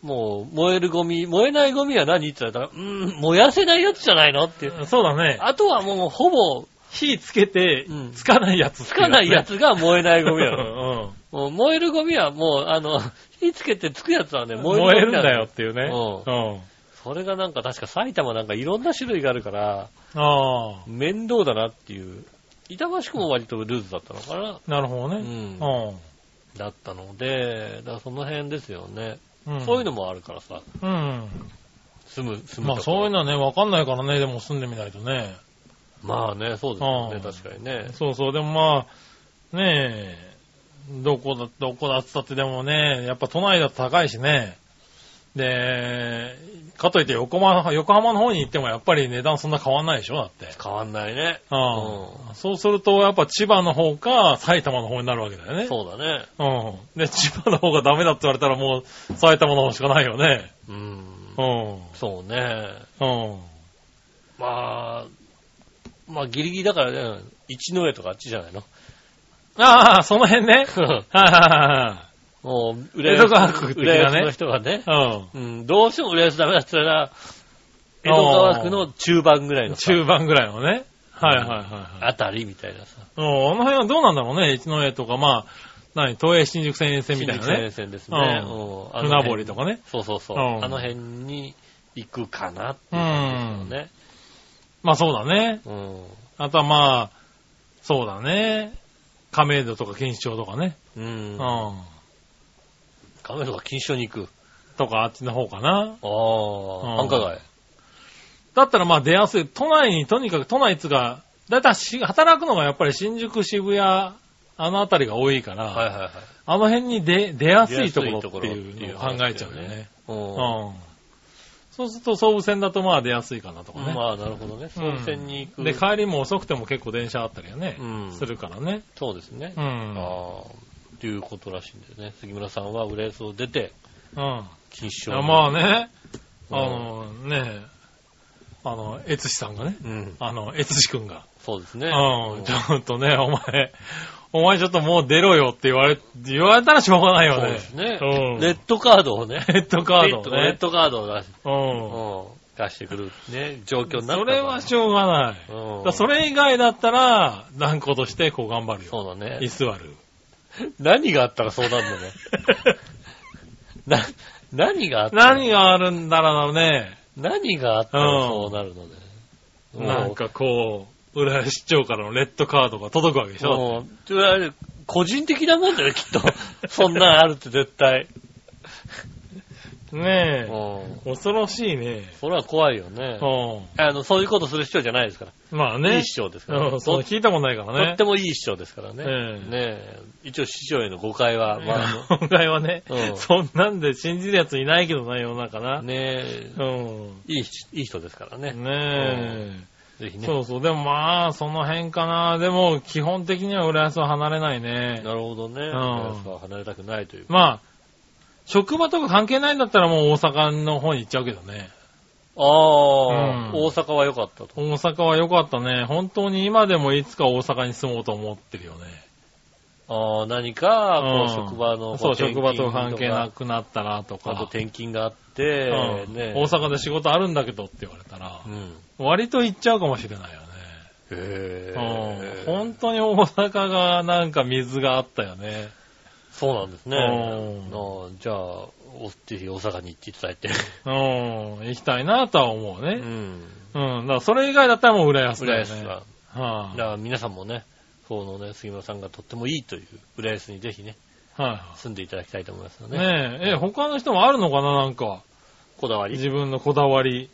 S2: もう、燃えるゴミ、燃えないゴミは何って言ったら、うん、燃やせないやつじゃないのっていう。
S3: そうだね。
S2: あとはもう、ほぼ、
S3: 火つけて
S2: うん、
S3: つかないやつ。
S2: つかないや。つが燃えないゴミ
S3: う
S2: なの。
S3: ん。
S2: もう燃えるゴミはもう、あの、火つけてつくやつはね、燃
S3: 燃
S2: え
S3: え
S2: るゴ
S3: るん
S2: ミなの
S3: だよっ。ていうね。
S2: う
S3: うん。
S2: それがなんか確か埼玉なんかいろんな種類があるから、
S3: あ
S2: 面倒だなっていう。板橋区も割とルーズだったのかな。
S3: あ、なるほど
S2: う
S3: ね。
S2: ん
S3: う。ん。
S2: だったので、だからその辺ですよね。
S3: うん
S2: そういうのもあるからさ、
S3: うん。
S2: 住む、住む
S3: まあ
S2: ところ
S3: そういうのはね、わかんないからね、でも住んでみないとね。
S2: まあね、そうですよね、
S3: うん
S2: 確かにね。
S3: そうそう、でもまあ、ねえ、どこだ、どこだっつったってでもね、やっぱ都内だと高いしね。で、かといって横浜、横浜の方に行ってもやっぱり値段そんな変わんないでしょだって。
S2: 変わんないね。
S3: うんそうすると、やっぱ千葉の方か埼玉の方になるわけだよね。
S2: そうだね。
S3: うん。で、千葉の方がダメだって言われたらもう埼玉の方しかないよね。
S2: うん。
S3: うん。
S2: そうね。
S3: うん。
S2: まあ、まあギリギリだからね、一の上とかあっちじゃないの。
S3: ああ、その辺ね。はいは
S2: もう、
S3: 江戸川区的なね
S2: 浦安の人がね
S3: い、はいはい。
S2: うん、どうしても浦安ダメだったら、江戸川区の中盤ぐらい
S3: うん。
S2: のさ
S3: 中盤ぐらいのね。はいはいはいはい。
S2: あたりみたいなさ、
S3: うん、あの辺はどうなんだろうね。一ノ江とか、まあ、何、東映新宿線線みたいな
S2: 新宿
S3: ね
S2: 線。線ですね。
S3: うん
S2: うんあの
S3: 船
S2: 辺
S3: 堀とかね。
S2: そうそうそう。
S3: うん
S2: あの辺に行くかなっていう感じです
S3: まあそうだね。
S2: よね。
S3: あとはまあ、そうだね。亀戸とか錦糸町とかね。
S2: うん。
S3: う。
S2: うんん。カメラが金賞に行く。
S3: とかあっちの方かな。
S2: ああ、
S3: うん
S2: 繁華街。
S3: だったらまあ出やすい。都内に、とにかく都内っつうか、だいたいし働くのがやっぱり新宿、渋谷、あの辺りが多いから、
S2: はいはいはい。
S3: あの辺に出、出やすいとこ
S2: 出やす
S3: ろ
S2: いとこ
S3: って
S2: ろ
S3: いうのを考えちゃうよね。う。
S2: うん
S3: そうすると総武線だとまあ出やすいかなとかね。
S2: ん。まあなるほどね。総武線に行く。
S3: で、帰りも遅くても結構電車あったりはね、
S2: うん
S3: するからね。
S2: そうですね。
S3: う
S2: あ
S3: ん。
S2: あ、ということらしいんだよね。杉村さんは浦安を出て、
S3: うん。
S2: 金
S3: い
S2: 賞。
S3: や、まあ
S2: ね。
S3: ね、
S2: うん
S3: あの、ね、あの、えつしさんがね、
S2: うん。
S3: あの、えつしくんが、
S2: そうですね。
S3: うん、ちょっとね、お前、お前ちょっともう出ろよって言われ、言われたらしょうがないよ
S2: そうで
S3: ね。
S2: すね。
S3: うん
S2: レッドカードをね。
S3: レッドカードを
S2: レッ
S3: ね。
S2: ドカードを出し
S3: う
S2: うん出してくるね、状況
S3: ん。
S2: になった
S3: そ
S2: から
S3: れはしょうがない。だ
S2: う
S3: か
S2: ん
S3: らそれ以外だったら、断固としてこう頑張るよ。
S2: そうだ
S3: 居
S2: ね。
S3: 座
S2: *laughs*
S3: る。
S2: 何があったらそうなるのね。な、何があったら
S3: 何があるんだろうね。
S2: 何があったらそうなるのね。もう
S3: なんかこう、浦安市長からのレッドカードが届くわけでしょ。
S2: もう、いわゆる個人的なんなんだよね、きっ
S3: *laughs*
S2: と。そんなんあるって絶対。う
S3: ね
S2: ん。
S3: え。恐ろしいね。
S2: それは怖いよね。
S3: う
S2: あの、そういうことする市長じゃないですから。
S3: ん。まあ
S2: い
S3: ね
S2: い。市長ですから
S3: う
S2: ね。
S3: んそう
S2: と
S3: 聞いたことないか
S2: とっ
S3: らね
S2: て。もいい市長ですからね。
S3: え
S2: ね
S3: え
S2: え一応市長への誤解は、まあ
S3: 今回はね
S2: う、ん
S3: そんなんで信じるやついないけどな、世の中
S2: あ
S3: な
S2: の、。ねえ
S3: うん。
S2: いい人、いい人ですからね。
S3: ね
S2: ぜひ
S3: え。
S2: ね。
S3: そうそう。でもまあ、その辺かな。でも、基本的には浦安は離れないね。
S2: なるほどね。
S3: ん
S2: 浦安は離れたくないという。
S3: まあ、職場とか関係ないんだったらもう大阪の方に行っちゃうけどね。
S2: ああ、
S3: うん
S2: 大阪は良かったと。
S3: 大阪は良かったね。本当に今でもいつか大阪に住もうと思ってるよね。
S2: ああ、何か、こう、
S3: うん
S2: 職場の、
S3: そう、
S2: こ
S3: 職場
S2: 転
S3: と
S2: 勤
S3: 関係なくなったらと
S2: あと
S3: か。
S2: 転勤があって、
S3: うん
S2: ね。
S3: 大阪で仕事あるんだけどって言われたら
S2: う、ん。
S3: 割と行っちゃうかもしれないよね。
S2: へ
S3: う
S2: え
S3: ん。本当に大阪がなんか水があったよね。
S2: そうなんですね。
S3: うん
S2: ああじゃあ、おぜひ大阪に行っていただいて。
S3: うん、行きたいなとは思う
S2: う
S3: ね。
S2: ん。
S3: うん、だからそれ以外だったらもう浦安
S2: 浦
S3: だよ
S2: 安
S3: ね。
S2: は。
S3: は
S2: だ
S3: い
S2: から皆さんもね、そのね、杉村さんがとってもいいという、浦安にぜひね、
S3: は
S2: 住んでいただきたいと思いますよ
S3: い。
S2: ね。
S3: ねえ、え、他の人もあるのかななんか、
S2: こだわり。
S3: 自分のこだわり。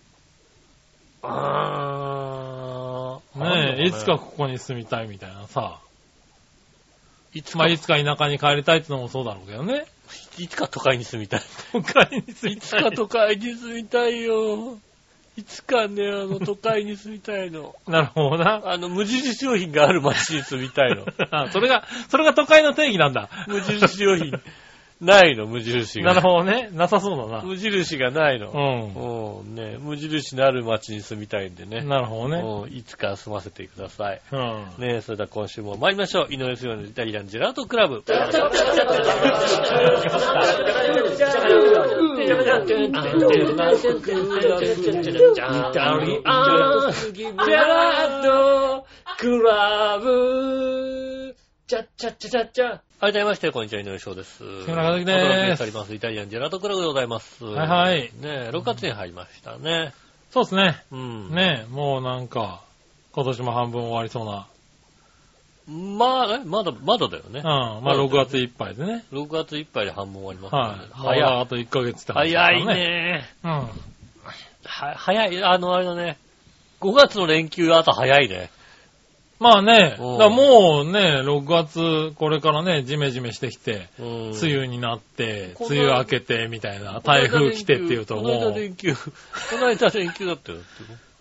S2: あー
S3: ねえ、いつか、ここに住みたいみたいなさ。いつまあ、いつか田舎に帰りたいってのもそうだろうけどね。
S2: いつか *laughs* 都会に住みたい。
S3: 都会に住
S2: い
S3: み
S2: つ
S3: たい。
S2: か都会に住みたいよ。いつかね、あの、都会に住みたいの。
S3: *laughs* なるほど
S2: *laughs*
S3: な。
S2: あの、無印良品がある街に住みたいの。
S3: あそれが、それが都会の定義なんだ。
S2: 無印良品、ないの、無印が。
S3: なるほどね。なさそうだな。
S2: 無印がないの。う
S3: う
S2: ん、ね、無印のある街に住みたいんでね
S3: ん。。なるほどね。
S2: うんいつか住ませてください。
S3: うん。
S2: ねそれでは今週も参りましょう。井上杉村のイタリアンジェラートクラブ。改めまして、こんにちは、井上翔です。杉
S3: 村和樹です
S2: あります。イタリアンジェラートクラブでございます。
S3: はいはい
S2: ねえ、6月に入りましたね。
S3: そうですね。
S2: うん。
S3: ねえ、もうなんか、今年も半分終わりそうな
S2: まあ、えまだ、まだだよ
S3: う
S2: ね
S3: ん。。まあ6月いっぱいでね。
S2: 6月いっぱいで半分終わりますから
S3: は
S2: ね
S3: い。
S2: 早い。
S3: あと1ヶ月って話です
S2: 早
S3: から
S2: い。ね。
S3: うん。
S2: は早い。あの、あれだね。5月の連休あと早いね。
S3: まあね、だか
S2: うん
S3: らもうね、6月、これからね、ジメジメしてきて、
S2: うん
S3: 梅雨になって、
S2: この
S3: 梅雨明けて、みたいな、台風来てっていうと
S2: この
S3: も
S2: 間連休、この間連休だったよ。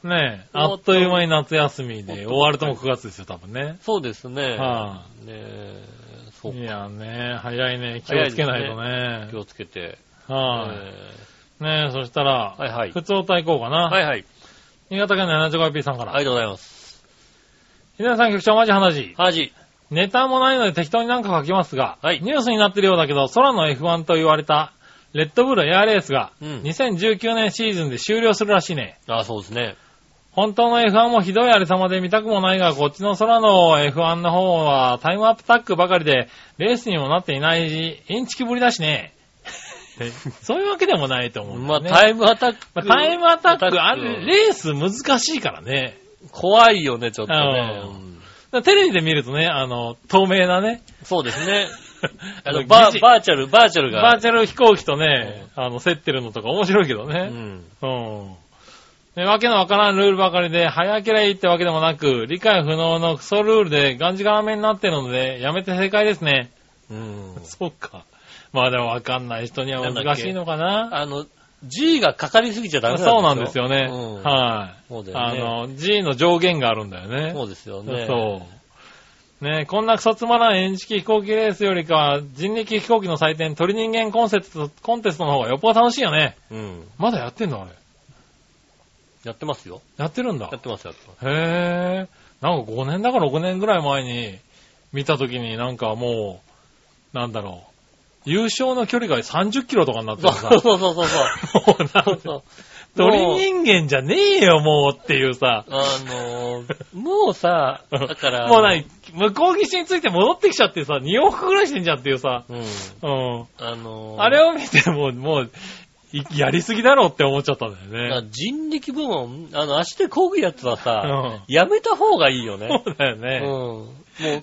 S3: う、ね、あっという間に夏休みで、終わるとも9月ですよ、多分ね。
S2: そうですね。
S3: は
S2: ねえ、
S3: い
S2: そうか。
S3: やね、早いね、気をつけないとね
S2: 気。をつけて。
S3: は
S2: え
S3: い。ねそした
S2: ーは
S3: ら、
S2: いはい。
S3: 普通歌いこうか
S2: は
S3: な。
S2: いはい。
S3: 新潟県の 75IP さん
S2: あ
S3: から。
S2: りがとうございます。
S3: ひなさん局長、マジ話。
S2: 恥。
S3: ネタもないので適当になんか書きますが、
S2: はい
S3: ニュースになってるようだけど、空の F1 と言われた、レッドブルエアレースが、
S2: うん
S3: 2019年シーズンで終了するらしいね。
S2: あ、そうですね。
S3: 本当の F1 もひどいありさまで見たくもないが、こっちの空の F1 の方はタイムアップタックばかりで、レースにもなっていないし、インチキぶりだし *laughs* ね。そういうわけでもないと思うんだ
S2: ま
S3: よ
S2: あ、
S3: ね。
S2: タイムアタック。
S3: まあタイムアタック、あ
S2: タッ
S3: る、
S2: ク
S3: レース難しいからね。
S2: 怖いよね、ちょっとね。
S3: うん
S2: うん
S3: だからテレビで見るとね、あの、透明なね、
S2: そうですね。あ
S3: あ
S2: の、
S3: の
S2: バ
S3: *laughs* 疑似
S2: ー、バーチャル、バーチャルが。
S3: バーチャル飛行機とね、あの、競ってるのとか面白いけど
S2: うん。
S3: ね。うん。でわけのわからんルールばかりで、早ければいいってわけでもなく、理解不能のクソルールで、がんじがらめになってるので、やめて正解ですね。
S2: うん。
S3: そっか。まあでもわかんない人には難しいのかな。
S2: あの、G がかかりすぎちゃダメ
S3: そうなんですよね。
S2: うん
S3: はい。
S2: そうだ
S3: あ
S2: よね。
S3: の、G の上限があるんだよね。
S2: そうですよね。
S3: そう。ねこんなクソつまらん演じ機飛行機レースよりかは、人力飛行機の祭典、鳥人間コンセプト、コンテストの方がよっぽど楽しいよね。
S2: う。うん。
S3: まだやってんのあれ。
S2: やってますよ。
S3: やってるんだ
S2: や。ってます、やってます。
S3: へぇー。なんか5年だから6年ぐらい前に見たときになんかもう、なんだろう。優勝の距離が30キロとかになってるさ
S2: そ
S3: *laughs*
S2: う。そうそうそうそう。
S3: もうなん
S2: そう
S3: か *laughs* 鳥人間じゃねえよ、もうっていうさ。
S2: あのー、もうさ、だから、
S3: *laughs* もうない、向こう岸について戻ってきちゃってさ、2往復ぐらいしてんじゃんっていうさ。
S2: うん。
S3: うん。
S2: あのー、
S3: あれを見てもう、もう、いやりすぎだろって思っちゃったんだよ
S2: な
S3: ね。
S2: 人力部門、あの、足で漕ぐやつはさ、
S3: う
S2: やめた方がいいよね。
S3: そうだよ
S2: うん。
S3: ね。
S2: もう、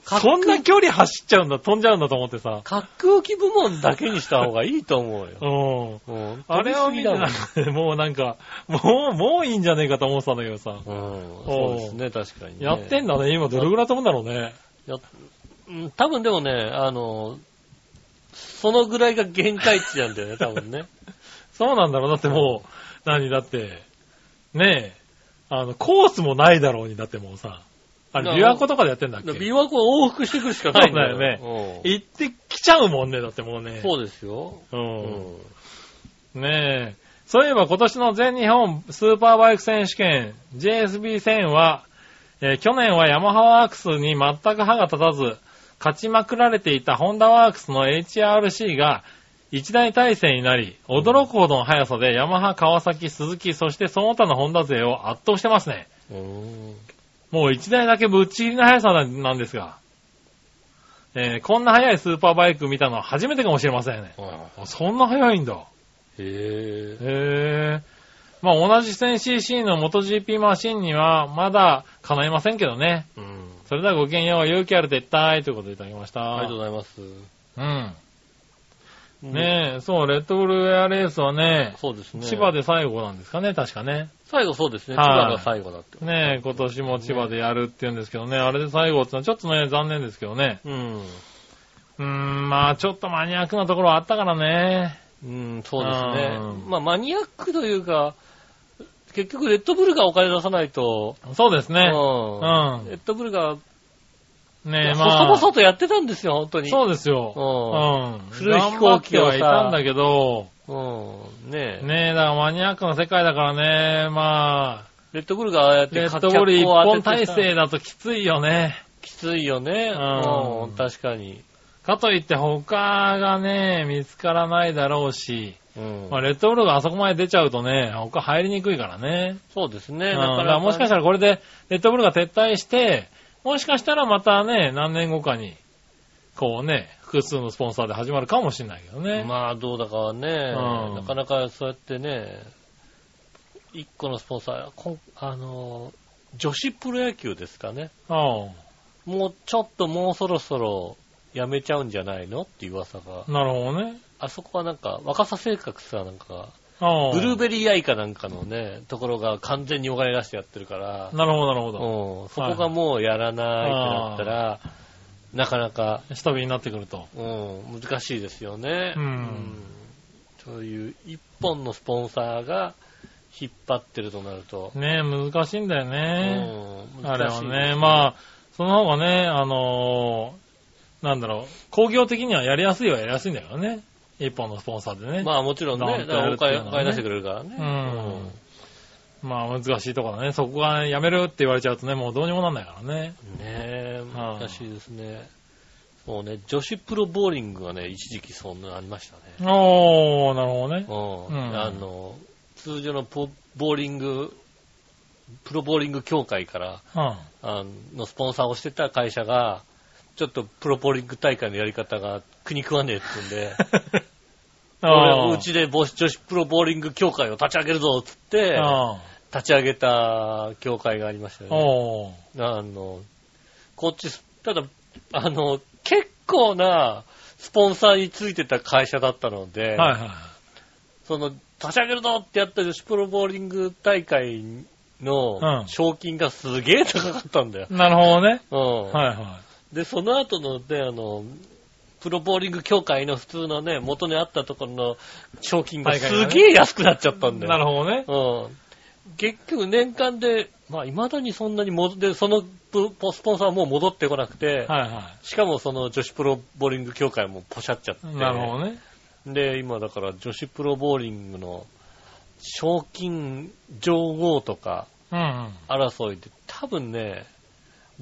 S2: か
S3: そんな距離走っちゃうんだ、飛んじゃうんだと思ってさ。
S2: 格置き部門だけにした方がいいと思うよ。
S3: うん。
S2: うん
S3: *laughs* あれを見て
S2: 取り
S3: な
S2: すぎ
S3: んかもうなんか、もう、もういいんじゃねえかと思ってたんだけどさ。
S2: だもんうん。そうですね、確かに、ね。
S3: やってんだね、今どれぐらい飛ぶんだろうね。
S2: やっうん多分でもね、あの、そのぐらいが限界値なんだ
S3: *laughs*
S2: よね、多分ね。
S3: そうなんだろう。だってもう、何だって、ねえ、あの、コースもないだろうに、だってもうさ。あ
S2: だ
S3: れ、
S2: から
S3: 琵琶湖とかでやってんだっけ
S2: 琵琶湖を往復してくるしかないんだよ
S3: そう
S2: ね。
S3: 行ってきちゃうもんね、だってもう
S2: うん
S3: ね。
S2: そうですよ。
S3: う。
S2: うんん。
S3: ねえ。そういえば今年の全日本スーパーバイク選手権 JSB1000 は、えー去年はヤマハワークスに全く歯が立たず、勝ちまくられていたホンダワークスの HRC が一大体制になり、驚くほどの速さでヤマハ、川崎、鈴木、そしてその他のホンダ勢を圧倒してますね。
S2: うん
S3: もう一台だけぶっちぎりの速さなんなんですが、えーこんな速いスーパーバイク見たのは初めてかもしれませんね。あそんな速いんだ。
S2: へえ。
S3: へえ。まあ同じ 1000cc の MotoGP マシンにはまだ叶いませんけどね。
S2: うん。
S3: それではごきげんよう、勇気ある撤退ということでいただきました。
S2: ありがとうございます。
S3: うん。ねえ、そう、レッドブルウェアレースはね、
S2: そうですね。
S3: 千葉。で最後なんですかね、確かね。
S2: 最後そうですね。千
S3: はい
S2: 葉が最後だって。
S3: ねえ、今年も千葉でやるって言うんですけどね、あれで最後ってのはちょっとね、残念ですけどね。
S2: うん。
S3: うーん、まあちょっとマニアックなところはあったからね。
S2: うん、そうですね
S3: うん。
S2: まあ、マニアックというか、結局、レッドブルがお金出さないと、
S3: そうです
S2: うん。レ
S3: ね。
S2: ッドブルが、
S3: ねえ、まあ。
S2: 細々とやってたんですよ、本当に。
S3: そうですよ。うん。
S2: 古い飛行機をさ
S3: 頑張ってはいたんだけど、
S2: うん。ねえ。
S3: ねえ、だからマニアックな世界だからね、まあ、
S2: レッドブルがああやって
S3: レッ
S2: 活
S3: ド
S2: 躍
S3: ブル一
S2: を当
S3: 本
S2: てて
S3: 体
S2: さ
S3: 制だときついよね。
S2: きついよね。
S3: うん
S2: うん、確かに。
S3: かといって他がね、見つからないだろうし、
S2: うん
S3: まあ、レッドブルがあそこまで出ちゃうとね、他入りにくいからね。
S2: そうですね。
S3: う
S2: だ
S3: ん
S2: か、
S3: だかららもしかしたらこれで、レッドブルが撤退して、もしかしたらまたね、何年後かに、こうね、複数のスポンサーで始まるかもしれないけどね。
S2: まあ、どうだかはね、
S3: うん
S2: なかなかそうやってね、一個のスポンサー、こんあの、女子プロ野球ですかね。
S3: うん。
S2: もうちょっともうそろそろ辞めちゃうんじゃないのっていう噂が。
S3: なるほどね。
S2: あそこはなんか、若さ性格さ、なんか、
S3: ああ。
S2: ブルーベリーアイかなんかのね、ところが完全にお金出してやってるから、
S3: なるほど、なるほ
S2: うん、
S3: ど。
S2: そこがもうやらないってなったら、なかなか、
S3: 下火になってくると。
S2: うん、難しいですよね。
S3: うん
S2: そういう一本のスポンサーが引っ張ってるとなると、
S3: ねえ、難しいんだよね。
S2: うん
S3: あれはね。
S2: あ、
S3: まあ、その方がね、あのーなんだろう、工業的にはやりやすいはやりやすいんだよね。一本のスポンサーでね。
S2: まあもちろんね、
S3: ドン
S2: だ
S3: と
S2: からお金
S3: やるっていう
S2: お
S3: のはね
S2: 金出してくれるからね。
S3: うんまあ難しいところだね。そこがやめるって言われちゃうとね、もうどうにもなんないからね。
S2: うんねえ、
S3: うん
S2: 難しいですね。そうね、女子プロボーリングがね、一時期そんなのありましたね。
S3: おー、なるほどね。
S2: うん
S3: うん
S2: あの、通常のポボーリング、プロボーリング協会から、
S3: うん。
S2: あの、スポンサーをしてた会社が、ちょっとプロボーリング大会のやり方が国食わねえって言うん
S3: *laughs*
S2: で、
S3: あ
S2: *laughs* 俺うちで女子女子プロボーリング協会を立ち上げるぞっつって、
S3: あ
S2: 立ち上げた協会がありましたよね。
S3: おー。
S2: あの、こっち、ただ、あの、結構なスポンサーについてた会社だったので、
S3: はいはい。
S2: その、立ち上げるぞってやった女子プロボーリング大会
S3: う
S2: の
S3: ん
S2: 賞金がすげえ高かったんだよ。
S3: なるほどね。
S2: うん。
S3: はいは
S2: で、その後のね、あの、プロボーリング協会の普通のね、元にあったところの賞金が
S3: 大会
S2: す
S3: がね
S2: げえ安くなっちゃったん
S3: い。
S2: だ
S3: な
S2: よ。
S3: るほどね。
S2: うん。結局年間で、まあ、未だにそんなに戻って、そのプロスポンサーはもう戻ってこなくて、
S3: はいは
S2: しかもその女子プロボーリング協会もポシャっちゃって、
S3: い。なるほどね。
S2: で、今だから女子プロボーリングの賞金女王とか
S3: うんうん。
S2: 争いで多分ね、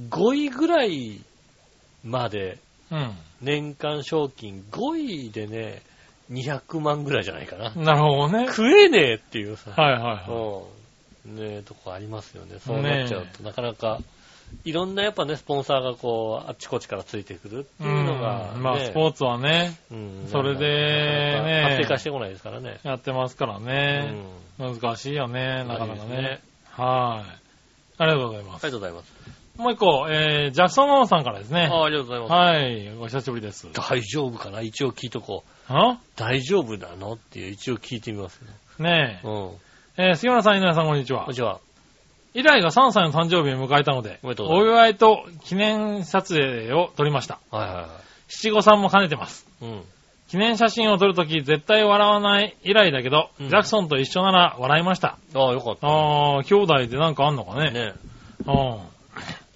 S2: 5位ぐらいまで
S3: う
S2: 年間賞金5位でね、200万ぐらいじゃないかな。
S3: ん。なるほどね。
S2: 食えねえっていうさ、
S3: はいはいは
S2: うんねえ、とこありますよね。そうなっちゃうと、なかなか、いろんなやっぱね、スポンサーがこう、あっちこっちからついてくるって
S3: い。
S2: いうのが、ね
S3: うんまあスポーツはね、
S2: うん
S3: それで
S2: なかなか
S3: ね
S2: 活性化してこないですからね。
S3: やってますからね。
S2: うん
S3: 難しいよね、なかなか
S2: です
S3: ね。。はい。ありがとうございま
S2: あ
S3: す。
S2: りがとうございます。
S3: もう一個、えー、ジャクソン・オーさんからですね。
S2: あありがとうございます。
S3: はい、お久しぶりです。
S2: 大丈夫かな一応聞いとこう。
S3: は
S2: 大丈夫なのっていう一応聞いてみますね。
S3: ね
S2: うん。
S3: え。えー、杉村さん、井上さん、こんにち
S2: こ
S3: は
S2: んに。ちは。
S3: 以来が3歳の誕生日を迎えたので、
S2: おめでとうござい
S3: お祝いと記念撮影を撮りました。
S2: はいは
S3: 七五三も兼ねてます。
S2: いはい。うん。
S3: 記念写真を撮るとき、絶対笑わない以来だけど、
S2: うん
S3: ジャクソンと一緒なら笑いました。
S2: ああ、よかった。
S3: あー、兄弟でなんかあんのかね。
S2: ね
S3: うん。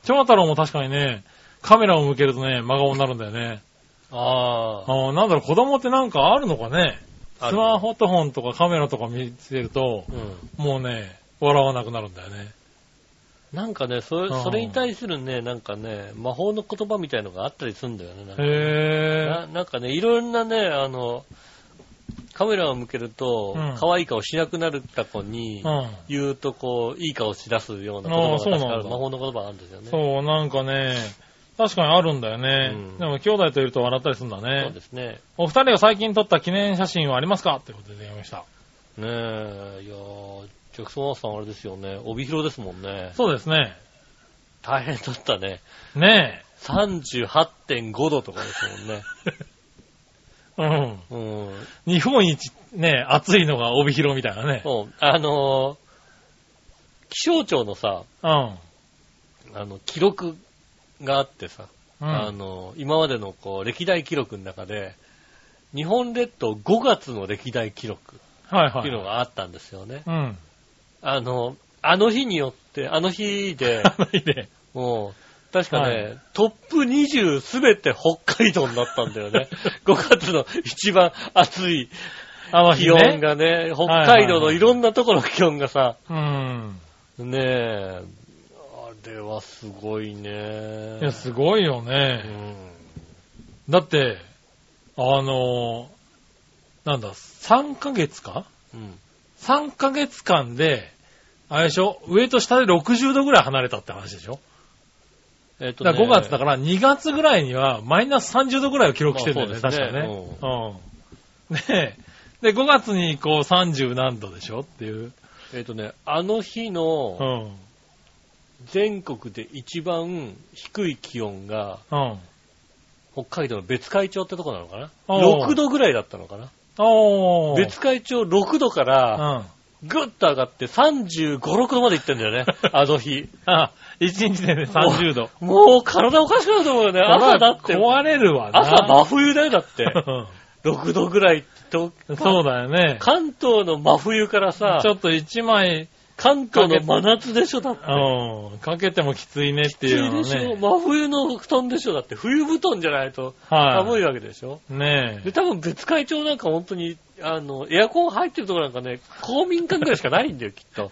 S3: 長太郎も確かにね、カメラを向けるとね、真顔になるんだよね。
S2: あ
S3: あー、なんだろう、子供ってなんかあるのかね。
S2: あ。
S3: スマホと本とかカメラとか見てると、
S2: うん。
S3: もうね、笑わなくなるんだよね。
S2: なんかね、それ、
S3: うん
S2: それに対するね、なんかね、魔法の言葉みたいのがあったりするんだよね。なんか
S3: へ
S2: ななんかね、いろんなね、あの、カメラを向けると
S3: うん、
S2: 可愛い顔しなくなった子に
S3: ぇー。、うん。
S2: 言うとこう、いい顔し出すような言葉
S3: あ
S2: が
S3: あそう
S2: 確
S3: なん
S2: か
S3: だ
S2: ある魔法の言葉があるんですよね。
S3: そう、なんかね、確かにあるんだよね。
S2: うん
S3: でも兄弟といると笑ったりするんだ
S2: そう
S3: ね
S2: で。すね。
S3: お二人が最近撮った記念写真はありますかってことで出ました。
S2: ねえ、いやー、ジャクソン・アースさんあれですよね、帯広ですもんね。
S3: そうですね。
S2: 大変だったね。
S3: ね
S2: 38.5度とかですもん
S3: *laughs*
S2: ね。
S3: え。うん。
S2: うん。
S3: 日本一、ね、暑いのが帯広みたいなね。
S2: そう、あのー気象庁のさ、
S3: うん。
S2: あの、記録があってさ、
S3: う
S2: あ
S3: ん。
S2: のー今までのこう、歴代記録の中で、日本列島5月の歴代記録
S3: はい
S2: って
S3: はいい。
S2: うのがあったんですよね。
S3: うん。
S2: あの、あの日によって、あの日で、
S3: *laughs* あの日で。
S2: もう、確かね、
S3: は
S2: トップ20すべて北海道になったんだよ
S3: *laughs*
S2: ね。5月の一番暑い
S3: あの日
S2: 気温
S3: ね。
S2: がね、北海道のいろんなところの気温がさ、
S3: うん。
S2: ねえ、あれはすごいね。
S3: いや、すごいよね。
S2: うん
S3: だって、あのーなんだ、3ヶ月か
S2: うん。
S3: 3ヶ月間で、あれでしょ上と下で60度ぐらい離れたって話でしょ
S2: えっと
S3: だから5月だ
S2: か
S3: から2月ぐらいにはマイナス30度ぐらいを記録してるんだよね、
S2: まあ
S3: 確かね。
S2: そうです
S3: うん。ねえ。で、5月にこう30何度でしょっていう。
S2: ら、えっとね、あの日
S3: う
S2: の
S3: ん。
S2: 全国で一番低い気温が、
S3: うん。
S2: 北海道の別海町ってとこなのかな
S3: おー
S2: ?6 度ぐらいだったのかな
S3: おー。
S2: 別海町6度か
S3: うん。
S2: ら、
S3: あ、
S2: ぐっと上がって35、6度まで行ってんだよ
S3: *laughs*
S2: ね。あの日。
S3: 1日でね、30度。
S2: もう体おかしくなると思うよね。朝だって、
S3: 壊れるわな。
S2: 朝真冬だよ、だって。6度ぐらいと、
S3: うん *laughs* そうだよね。
S2: 関東の真冬からさ
S3: ち、ょっと1枚、
S2: 関東の真夏でしょ、だって。
S3: うん、かけてもきついねって
S2: きつ
S3: い
S2: いう
S3: の
S2: でしょ
S3: ね。
S2: 真冬の布団でしょだって冬布団じゃないと寒
S3: はい
S2: わけでしょ、
S3: い。ね
S2: で、多分別会長なんか本当に、あの、エアコン入ってるところなんかね、公民館ぐらいしかないんだよ、きっと。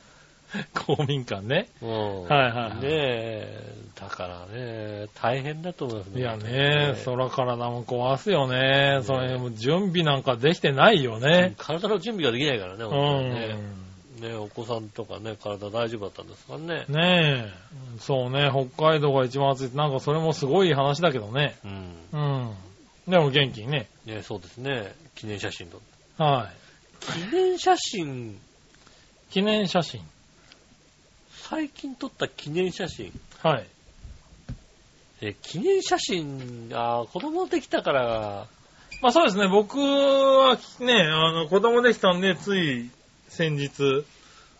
S3: え。公民館ね。
S2: うん。
S3: はいはいは
S2: ね
S3: い
S2: え、だからね、大変だと思います
S3: い
S2: ね。
S3: や
S2: え
S3: ね、そら体も壊すよね。それも準備なんかできてないよね。
S2: 体の準備ができないからね、
S3: う
S2: 本当にね。
S3: ん。
S2: ねお子さんとかね、体大丈夫だったんですかね。
S3: ねえ。そうね、北海道が一番暑いって、なんかそれもすごい話だけどね。
S2: うん。
S3: うん。でも元気にね。
S2: ねそうですね。記念写真と。
S3: は
S2: 記念写真、
S3: い。記念写真。
S2: 最近撮った記念写真。
S3: はい。
S2: え、記念写真、あー子供できたから、
S3: まあそうですね、僕はね、あの、子供できたんで、つい先日、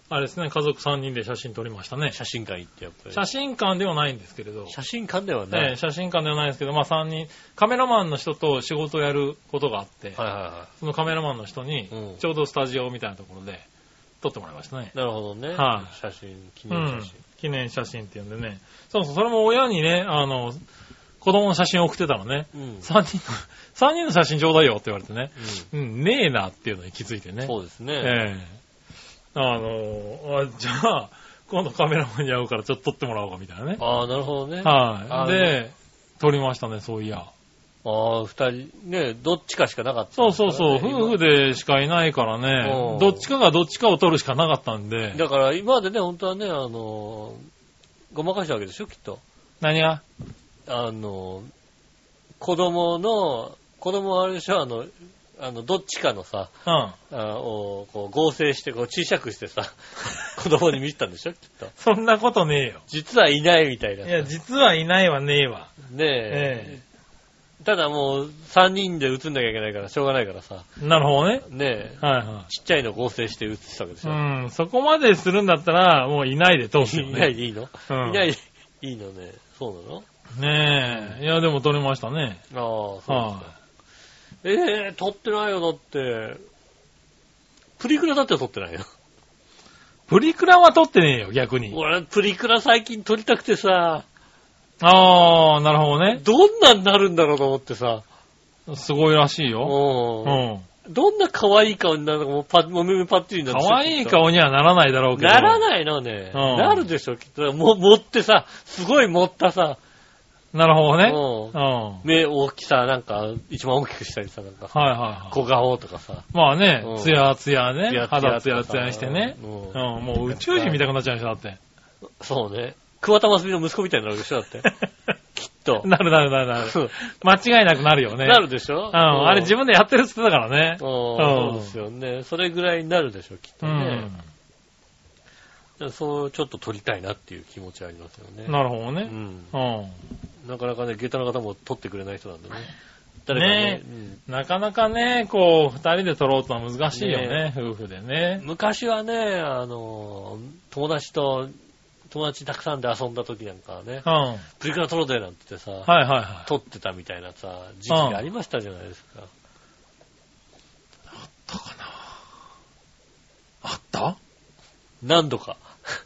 S3: あれですね、家族3人で写真撮りましたね。
S2: 写真館行って、やっぱり。
S3: 写真館ではないんですけれど、
S2: 写真館ではない。
S3: ね、写真館ではないんですけど、まあ3人、カメラマンの人と仕事をやることがあって、
S2: はいはいは
S3: そのカメラマンの人に
S2: うん、
S3: ちょうどスタジオみたいなところで撮ってもらいましたね
S2: い。。なるほどね。
S3: はい
S2: 写真、記
S3: う
S2: 念
S3: ん
S2: 写真。。
S3: 記念写真っていうんでね。そうそう、それも親にね、あの、子供の写真を送ってたのね。
S2: うん。うん
S3: 3人の、三人の写真ちょうだいよって言われてね。うん、ねえなっていうのに気づいてね。
S2: そうですね。
S3: *laughs* ええあのあ、じゃあ、今度カメラマンに会うからちょっと撮ってもらおうかみたいなね。
S2: ああ、なるほどね。あ
S3: は
S2: の
S3: い。で、撮りましたね、そういや。
S2: ああ、二人、ね、どっちかしかなかった、
S3: そうそうそう、夫婦
S2: で
S3: でしかいないからね
S2: お、う
S3: どっちかがどっちかを撮るしかなかったんで
S2: す。だから、今までね、本当はね、あのー、ごまかしたわけでしょ、きっと。
S3: 何が
S2: あのー、子供の、子供はあれでしょ、あの、あの、どっちかのさ、
S3: うん。
S2: あをこう合成して、こう小さくして
S3: *laughs*
S2: さ、子供に見せたんでしょ、きっと。
S3: そんなことねえよ。
S2: 実はいないみたいな。
S3: い
S2: ね
S3: や、実はいないわねえわ。
S2: え。ただもう、三人で映んなきゃいけないから、しょうがないからさ、
S3: なるほどね。
S2: ねえ、
S3: はいは
S2: ちっちゃいの合成して映したわけでしょ。
S3: い。うん、そこまでするんだったら、もういないで撮るよ
S2: いない
S3: ね。
S2: でいいの、
S3: うん
S2: いないでいいのね。そうなの
S3: ねえ。いや、でも撮りましたね。
S2: ああ、そう
S3: は
S2: ですか。ええ撮ってないよ、だって。プリクラだって撮ってないよ。
S3: い。プリクラは撮ってねえよ、逆に。
S2: 俺、プリクラ最近撮りたくてさ、
S3: ああ、なるほどね。
S2: どんなになるんだろうと思ってさ、
S3: すごいらしいよ。
S2: う
S3: う
S2: ん。
S3: ん。
S2: どんな可愛い顔になるのか、もうパもう目パッチリにな
S3: 可
S2: る
S3: 愛い顔にはならないだろうけど。
S2: ならないのね。
S3: うん
S2: なるでしょ、きっと。も、持ってさ、すごい持ったさ、
S3: なるほど
S2: う
S3: ね。
S2: ん
S3: うん。はい
S2: 目大きさ、なんか、一番大きくしたりさ、なんか、
S3: はいは
S2: 小顔とかさ、
S3: い。まあね
S2: う、ん
S3: ツヤツヤ
S2: ツ
S3: ね
S2: ヤ。ツヤ
S3: 肌ツヤツヤにしてね。
S2: う
S3: うんん。もう宇宙人見たくなっちゃう人だって。
S2: そうね。桑田真澄の息子みたいになるでしょ、
S3: *laughs*
S2: だって。きっと。
S3: なるなるな
S2: *laughs*
S3: るなる。間違いなくなるよね。
S2: なるでしょ
S3: うん。あれ自
S2: 分。
S3: 分でやってるっつってたからね。
S2: うん
S3: うん
S2: そうですよね。それぐらいになるでしょ、きっと
S3: う
S2: ね
S3: ん。。
S2: そう、ちょっと撮りたいなっていう気持ちはありますよね。
S3: なるほど
S2: う
S3: ね。
S2: ん。
S3: う
S2: なかなかね、下駄の方も撮ってくれない人なんでね。誰かね
S3: ね
S2: うん
S3: ん。なかなかね、こう、二人で撮ろうとは難しいよ
S2: ね
S3: ね、夫婦でね。
S2: 昔はね、あの、友達と、友達たくさんで遊んだ時なんかはね
S3: う、ん。はい
S2: プリクラ撮ろうぜなんて言ってさ、
S3: はいはい。
S2: 撮ってたみたいなさ、時期がありましたじゃないですか。
S3: あった
S2: 何度か。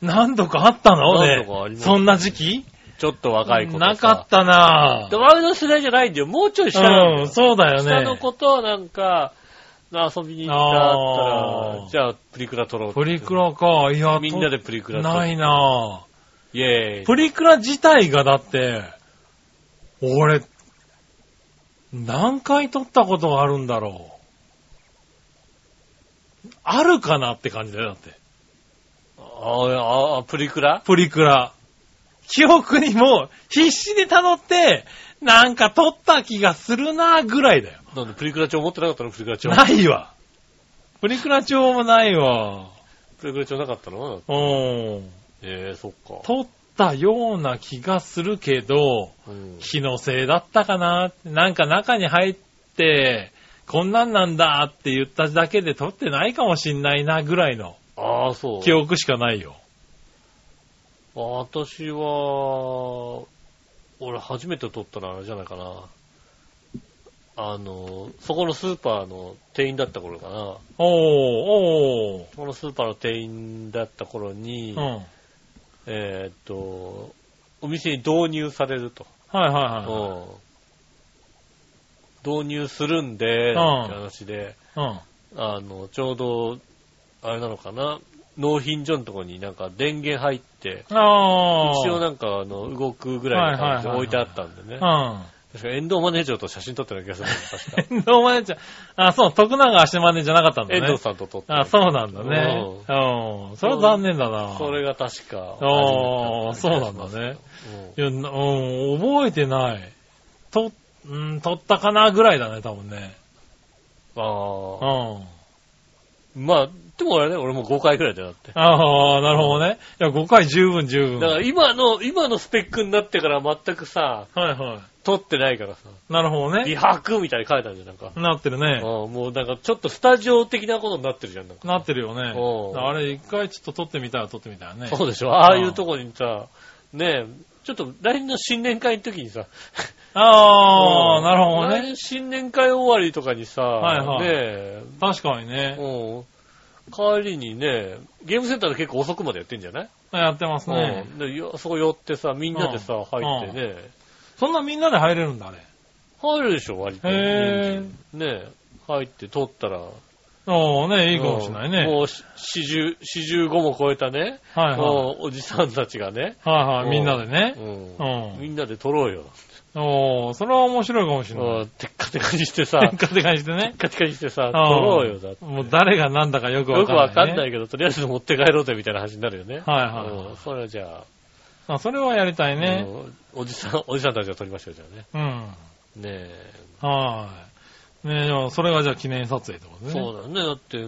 S3: 何度かあったの
S2: 何
S3: ね
S2: 度かあります
S3: そんな時期
S2: ちょっと若い子とさ
S3: なかったな
S2: で前の世代じゃないんだよ。もうちょい下なんだ
S3: う
S2: よ
S3: ん、そうだよね。
S2: 下の子となんか、遊びに行った
S3: あ
S2: ら、
S3: ー
S2: じゃあプリクラ撮ろうって
S3: プリクラか。いや、
S2: みんなでプリク
S3: プ
S2: ラ撮
S3: ないな
S2: イェーイ。
S3: プリクラ自体がだって、俺、何回撮ったことがあるんだろう。あるかなって感じだよ、だって。
S2: ああ、プリクラ
S3: プリクラ。記憶にもう必死で辿って、なんか撮った気がするなぐらいだよ。
S2: なんでプリクラ帳持ってなかったのプリクラ帳。
S3: ないわ。プリクラ帳もないわ。
S2: プリクラ帳なかったの
S3: うん。
S2: ええそっか。
S3: 撮っったような気がするけど、
S2: うん
S3: 気のせいだったかなってなんか中に入って、こんなんなんだって言っただけで撮ってないかもしんないなぐらいの
S2: ああ、そう。
S3: 記憶しかないよ。
S2: 私は、俺初めて撮ったのはあれじゃないかな。あの、そこのスーパーの店員だった頃かな。
S3: おー、お
S2: そこのスーパーの店員だった頃に、
S3: ー。うん。はい
S2: えーっと、お店に導入されると。
S3: はいは
S2: うん導入するんで、って話で、
S3: い。うん。
S2: あの、ちょうど、あれなのかな、納品所のとこになんか電源入って、
S3: あー。
S2: 一応なんかあの動くぐらいの感じで
S3: はいはいはいはい
S2: 置いてあったんでね。
S3: うん。 *laughs*。
S2: 確か遠藤マネージャーと写真撮ってた気がするんです確か
S3: 遠藤マネちゃん。あ、そう、徳永足真似じゃなかったんだね。
S2: 遠藤さんと撮って
S3: あ、そうなんだね。うん。それは残念だな。
S2: それが確か。
S3: あー
S2: 初めてだった気がします
S3: そうなんだね
S2: うん
S3: いや、なうん、覚えてない。と、うん、取ったかなぐらいだね、多分ね。う
S2: ああ。
S3: ん。
S2: まあ、でもあれね、俺もう5回ぐらいだよだって。
S3: ああ、なるほどね。いや、5回十分十分。
S2: だから今の、今のスペックになってから全くさ、
S3: はいは
S2: 撮ってないからさ、
S3: い。なるほど
S2: 美
S3: ね。
S2: 白みたいに書いたんじゃん、なんか。
S3: なってるね。
S2: うんもうなんかちょっとスタジオ的なことになってるじゃん、なんか。
S3: なってるよね
S2: お。う
S3: あれ、一回ちょっと撮ってみたら撮ってみたらね。
S2: そうでしょああいうとこにさ、ねえ、ちょっと来年の新年会の時にさ、う
S3: ああ、
S2: ん
S3: なるほど
S2: 来
S3: ね。
S2: 年新年会終わりとかにさ、
S3: はいはい
S2: ねえ、
S3: 確かにね。
S2: うん帰りにね、ゲームセンターで結構遅くまでやってんじゃない、
S3: やってますね。
S2: うんでよそこ寄ってさ、みんなでさ、入ってね、
S3: そんなみんなで入れるんだ、あれ。
S2: 入るでしょ、割と。
S3: へ
S2: ねえ、入って撮ったら。
S3: おーね、いいかもしれないね。
S2: うんもうし四十、四十五も超えたね、
S3: はい
S2: う
S3: は
S2: んおじさんたちがね、
S3: い。はいは
S2: うん
S3: い、みんなでね
S2: う。
S3: うん
S2: んみんなで撮ろうよ。
S3: おー、それは面白いかもしれな
S2: う
S3: い。
S2: んテッカテカにしてさ、
S3: テ
S2: テ
S3: ッカテカにしてね
S2: ッ。カテカにしてさ、
S3: ん
S2: 撮ろうよだって。
S3: もう誰が何だかよくわ
S2: よくわ
S3: か
S2: か
S3: んないね。
S2: んないけど、とりあえず持って帰ろうぜみたいな話になるよね。
S3: はいはい
S2: うんそれはじゃ
S3: あ、それはやりたい
S2: あ、
S3: ね。
S2: うんおじさん、おじさんたちが撮りましょう、じゃあね。
S3: うん。
S2: ね
S3: はい。ねえ、でもそれがじゃあ記念撮影ってこと
S2: え。
S3: ね。
S2: そうだね。だって、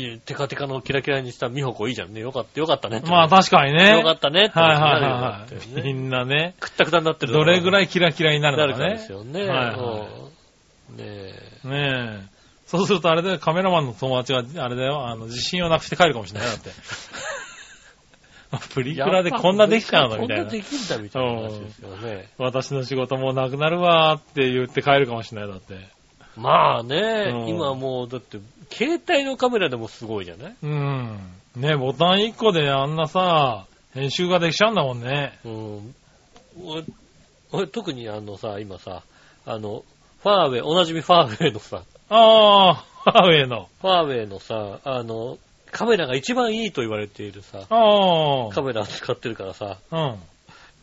S2: いいテカテカのキラキラにした美穂子いいじゃんね。よかった、よかったねって。
S3: まあ確かにね。
S2: よかったねって
S3: は
S2: 話
S3: い
S2: にな
S3: はい
S2: るよ。
S3: は
S2: だって
S3: いはい。み
S2: ね
S3: んなね、
S2: くったくたになってる
S3: どれぐら
S2: い
S3: いキラキラにな
S2: な
S3: る
S2: る
S3: か
S2: かです
S3: ね。
S2: よね。
S3: はい
S2: うんねえ。
S3: ねえ。そうするとあれだよ、カメラマンの友達が、あれだよ、あの、自信をなくして帰るかもしれないよ
S2: *laughs*
S3: だって。プリクラでこんなできちゃうのみたい
S2: こ
S3: なん
S2: な。できんだみたいな話ですよね。
S3: 私の仕事もうなくなるわーって言って帰るかもしれないだって。
S2: まあね、
S3: うん
S2: 今もう、だって、携帯のカメラでもすごいじゃない
S3: うん。ね、ボタン1個であんなさ、編集ができちゃうんだもんね。
S2: うん。俺、俺特にあのさ、今さ、あの、ファーウェイ、おなじみファーウェイのさ、
S3: ああ、ファーウ *laughs* ェイの。
S2: ファーウェイのさ、あの、カメラが一番いいと言われているさ、
S3: あ
S2: カメラを使ってるからさ、
S3: あ。うん。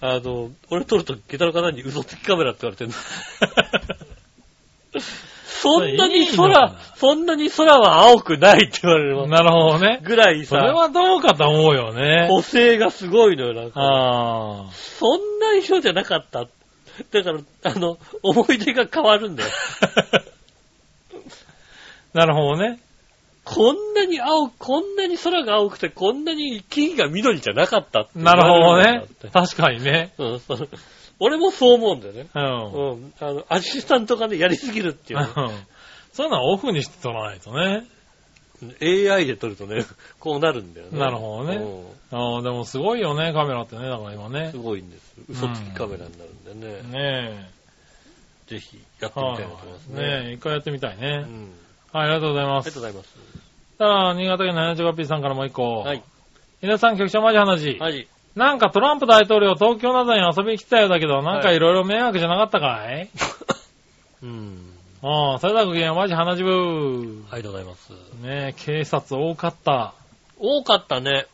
S2: あの、俺撮るとゲタの方に嘘つきカメラって言われてるの。 *laughs* そんなに
S3: いい
S2: 空
S3: な、
S2: そんなに空は青くないって言われる
S3: なるほどね。
S2: ぐらい
S3: そ
S2: さ、
S3: れはどうかと思うよね。
S2: 補正がすごいのよ、なんか。
S3: ああ。
S2: そんな色じゃなかった。だから、あの、思い出が変わる
S3: *laughs*
S2: んだよ。
S3: なるほ
S2: *laughs*
S3: どね。
S2: こんなに青、こんなに空が青くて、こんなに木々が緑じゃなかったって
S3: なるほどね
S2: だって。
S3: 確かにね。
S2: うん、その俺もそう思うんだよね。
S3: う。
S2: うんん。あの、アシスタントがね、やりすぎるっていうね、
S3: *laughs* そういうのはオフにして撮らないとね。
S2: AI で撮るとね、 *laughs* こうなるんだよね。
S3: なるほどね
S2: う
S3: ああ、でもすごいよね、カメラってね、だから今
S2: ん
S3: ね
S2: す。ごいんです。嘘つきカメラになるんでね。
S3: ね
S2: ぜひ、やっ
S3: え。
S2: てみ
S3: は
S2: たいなと思います
S3: い。
S2: ね。
S3: ねえ、一回やってみたい
S2: うん。あ
S3: ね。
S2: り
S3: はい、ありがとうございま
S2: がと
S3: す
S2: う。ございます。
S3: さあ、新潟県 75P さんからもう一個。
S2: はい。
S3: 皆さん、局長マジ話。
S2: はい。
S3: なんかトランプ大統領東京などに遊びに来たようだけど、なんか
S2: はい
S3: いろいろ迷惑じゃなかった
S2: *laughs*
S3: かい、
S2: うん。
S3: うん、それだけはマジ話ぶー。
S2: ありがとうございます。
S3: ねえ、警察多
S2: *laughs*
S3: かった。
S2: 多かったね。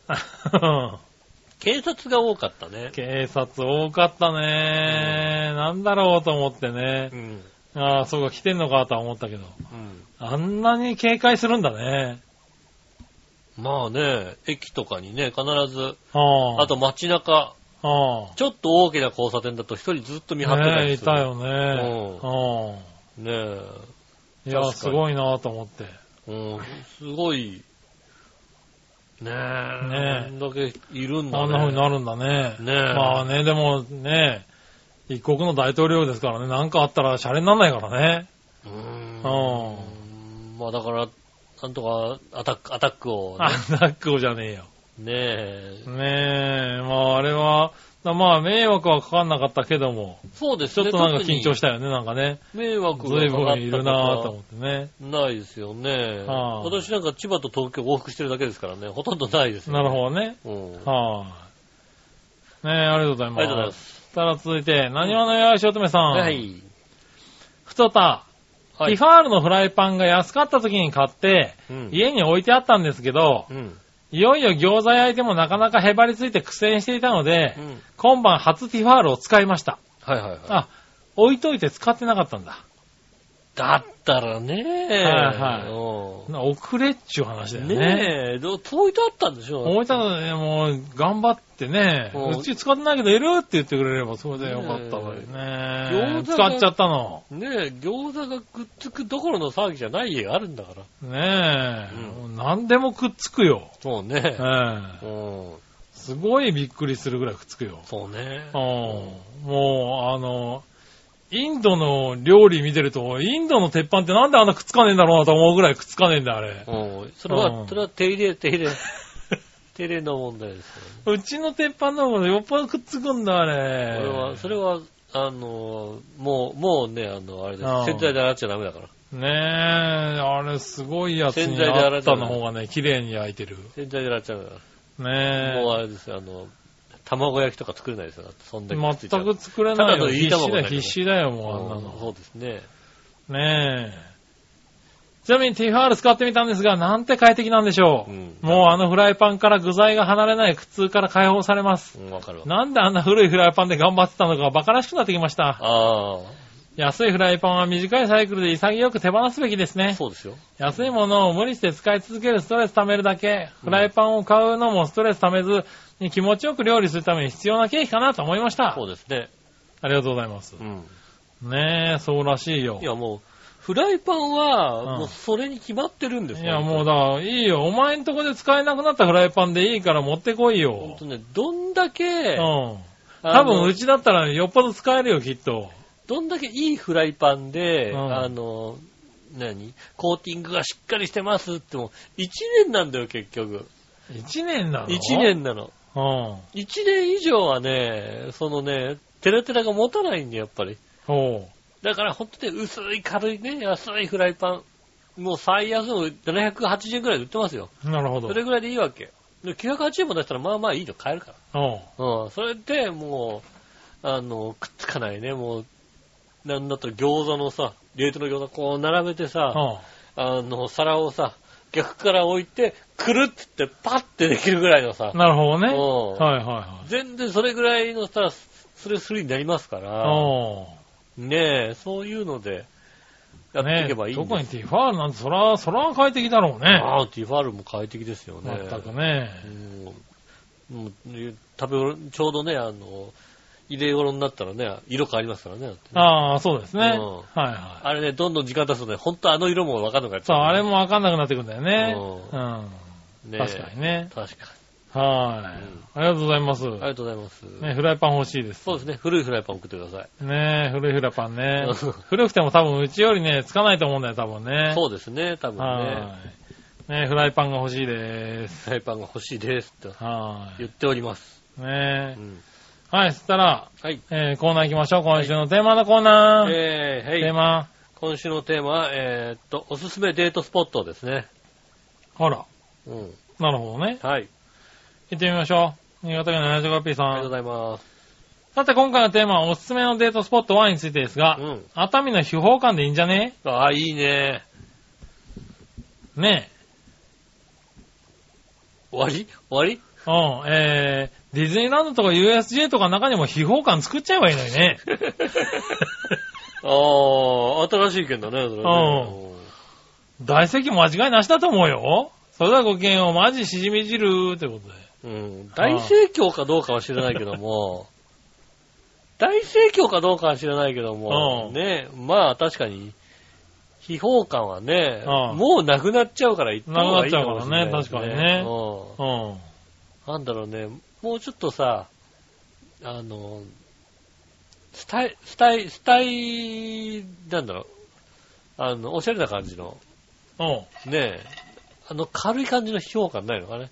S2: 警察が多かったね。
S3: 警察多かったね、なんだろうと思ってね
S2: う。ん。
S3: ああ、そうか、来てんのかとは思ったけど。
S2: うん。
S3: あんなに警戒するんだね。
S2: まあね、駅とかにね、必ず、
S3: あ
S2: あと、街中、
S3: ああ。
S2: ちょっと大きな交差点だと一人ずっと見張ってた
S3: ねえ、
S2: り
S3: い
S2: する。
S3: たよね。
S2: う
S3: うん
S2: ね
S3: い
S2: 確か
S3: や、
S2: に
S3: すごいなと思って。
S2: え。うん。すごい、ねえ。
S3: ねえ
S2: こんだけいるんだね。
S3: あんな風になるんだね。
S2: ねえ
S3: まあね、でもね、一国の大統領ですからね、なんかあったらシャレにならないからね。
S2: うーん
S3: うん
S2: まあだから、なんとかアタック、アタックを
S3: あ、ナックをじゃねえよ。
S2: ね、ねえ。
S3: ねえ、まああれは、だまあ迷惑はかかんなかったけども、
S2: そうです
S3: ちょっとなんか緊張
S2: し
S3: したよね、なんかね。
S2: 迷惑が
S3: 随
S2: かかった
S3: 分いるなぁと思ってね。
S2: ないですよね。
S3: はあ
S2: 私なんか千葉と東京往復してるだけですからね、ほとんどないですよ、
S3: なるほどね。
S2: ど。うん。
S3: はい、ねえ、ありがとうございます。
S2: ありがとうございます。
S3: たら続いて、何話のよしおとめさん。
S2: は。い。
S3: ふとた、
S2: はい
S3: ティファールのフライパンが安かった時に買って、
S2: うん
S3: 家に置いてあったんですけど、
S2: うん。
S3: いよいよ餃子焼いてもなかなかへばりついて苦戦していたので、
S2: うん
S3: 今晩初ティファールを使いました。
S2: はいはいはい。
S3: あ、置いといて使ってなかったんだ。
S2: だったらね
S3: はいはい
S2: うん
S3: な遅れっちゅう話だよね。
S2: ねえ、ど遠いとあったんでしょ
S3: 置いたのね、もう、頑張ってね、
S2: うん
S3: うち使ってないけどいるって言ってくれればそれでよかったのにね
S2: ね。え餃子
S3: 使
S2: が
S3: っちゃったの。
S2: ねえ、餃子がくっつくどころの騒ぎじゃない家があるんだから。
S3: ねえ、
S2: うん
S3: もう何でもくっつくよ。
S2: そうね
S3: え。え
S2: うん。
S3: すごいびっくりするぐらいくっつくよ。
S2: そうね
S3: うん。もう、あの、インドの料理見てると、インドの鉄板ってなんであんなくっつかねえんだろうなと思うぐらいくっつかねえんだ、あれ。
S2: うん。それ
S3: う
S2: は、
S3: ん
S2: それは手入れ、手入
S3: *laughs*
S2: れ。手入れの問題ですよね。
S3: うちの鉄板の方がよっぽどくっつくんだ、あれ。
S2: 俺は、それは、あの、もう、もうね、あの、あれで
S3: うん
S2: す。洗剤で洗っちゃダメだから。
S3: ねえ、あれすごいやつ
S2: 洗
S3: に
S2: 剤で洗
S3: あ
S2: っ
S3: ったた
S2: の
S3: の方がね、綺麗に焼いてる。
S2: 洗剤で洗っちゃダメだか
S3: ね
S2: ら。もうあれですよ、あの、卵焼きとか作れないですよ。だってそんだけ
S3: え。
S2: ついちゃ
S3: 全
S2: う
S3: く作れない
S2: ただ
S3: よ。
S2: のいい
S3: 必死
S2: 卵
S3: だ
S2: だ
S3: よ、
S2: けど
S3: 必死だよ、
S2: う
S3: もうあんなん
S2: そ
S3: の。
S2: うですね。
S3: ねえ。ちなみにティファール使ってみたんですが、なんて快適なんでしょう。
S2: うん
S3: もうあのフライパンから具材が離れない苦痛から解放されます。
S2: うん、わかるわ。
S3: なんであんな古いフライパンで頑張ってたのかバカらしくなってきました。
S2: あ
S3: 安いフライパンは短いサイクルで潔く手放すべきです
S2: あ、
S3: ね。
S2: そうですよ。
S3: 安いものを無理して使い続けるストレス貯めるだけ、フライパンを買うのもストレス貯めずに気持ちよく料理するために必要な経費かなと思いました
S2: そ。うですね。
S3: ありがとうございます
S2: う。ん。
S3: ねえ、そうらしい
S2: い
S3: よ。いや、
S2: や、もう、フライパン
S3: う
S2: は、
S3: ん
S2: もうそれに決まってるんです
S3: もう
S2: だ。
S3: だから、いいよ。お前んとこで使えなくなったフライパンでいいから持ってこい
S2: ほん
S3: よ
S2: と。ね、どんだ
S3: う
S2: け、
S3: ん。
S2: あの
S3: 多分うちだったらよっぽど使えるよ、きっと。
S2: どんだけいいフライパンで、
S3: うん
S2: あの、何コーティングがしっかりしてますっても、1年なんだよ、結局。
S3: 1年なの
S2: 1。年なの。
S3: うん。
S2: 1年以上はね、そのね、テラテラが持たないんだよ、やっぱり。
S3: ほ
S2: だから、ほんとね、薄い、軽いね、安いフライパン。もう最安の780円くらいで売ってますよ。
S3: う。なるほど。
S2: それぐらいでいいわけ。で980円も出したら、まあまあいいの買えるから。
S3: うん。
S2: うん、それでもう、あの、くっつかないね、もう、なんだったら餃子のさ、冷凍の餃子こう並べてさ、
S3: うん。
S2: あの、皿をさ、逆から置いて、くるっつってパッてできるぐらいのさ、
S3: なるほどね。
S2: うん
S3: はいはいはい。
S2: 全然それぐらいのさ、スレスレになりますから、
S3: うん。
S2: ねえ、そういうので、やっていけばいいんです
S3: 特にティファールなんて、そら、そら快適だろうね。
S2: ああ、ティファールも快適ですよね。
S3: 全くね。
S2: うんもうね食べ、ちょうどね、あの、入れ頃になったらね、色変わりますからね。だってね
S3: ああ、そうですね。はい
S2: うん
S3: はい。
S2: あれね、どんどん時間経つとね、ほんとあの色もわかんなくなっち
S3: そ
S2: ゃ
S3: う、
S2: う。
S3: あれもわかんなくなってくんだよね。
S2: う
S3: うん。
S2: ね
S3: 確かにね。
S2: 確か
S3: はい、
S2: うん
S3: ありがとうございます。
S2: に。ありがとうございます。
S3: ね、フライパン欲しいです。
S2: そうですね、古いフライパン送ってください。
S3: ね古いフライパンね
S2: うん。
S3: 古くても多分うちよりね、つかないと思うんだよ、多分ね。
S2: そうですね、多分ね。
S3: はい。ねフライパンが欲しいです。
S2: フライパンが欲しいですと
S3: は
S2: 言っております。
S3: い。ね
S2: うん
S3: はい、そしたら、
S2: はい。
S3: えー、コーナー行きましょう。今週のテーマのコーナー。
S2: えー、
S3: テー
S2: はい。
S3: マ。
S2: 今週のテーマは、えーっと、おすすめデートスポットですね。
S3: ほら。
S2: うん。
S3: なるほどね。
S2: はい。
S3: 行ってみましょう。新潟県の 75P
S2: ありがとう
S3: さ
S2: ご
S3: ん。
S2: ざいます。
S3: さて今回のテーマはおすすめのデートスポット1についてですが、
S2: うん
S3: 熱海の秘宝館でいいんじゃね
S2: ああ、いいね。
S3: ね
S2: 終わり終わり
S3: え。うん、えー、ディズニーランドとか USJ とかの中にも秘宝館作っちゃえばいいのに
S2: *laughs*
S3: ね。
S2: ああ、新しい件だね、それね。
S3: うん大石間違いなしだと思うよ。それではごきげんをマジしじみ汁ってことで。
S2: うん大盛況かどうかは知らないけども、大盛況かどうかは知らないけども、
S3: うん
S2: ね、まあ確かに、秘宝館はね、
S3: うん
S2: もうなくなっちゃうから行った方がいいかもしれない、
S3: なくなっちゃうからね確
S2: う
S3: うん。
S2: ん。なんだろうね、もうちょっとさ、あの、スタイ、スタイ、スタイ、なんだろう、あの、おしゃれな感じの、
S3: うん。
S2: ねえ、あの、軽い感じの秘宝館ないのかね。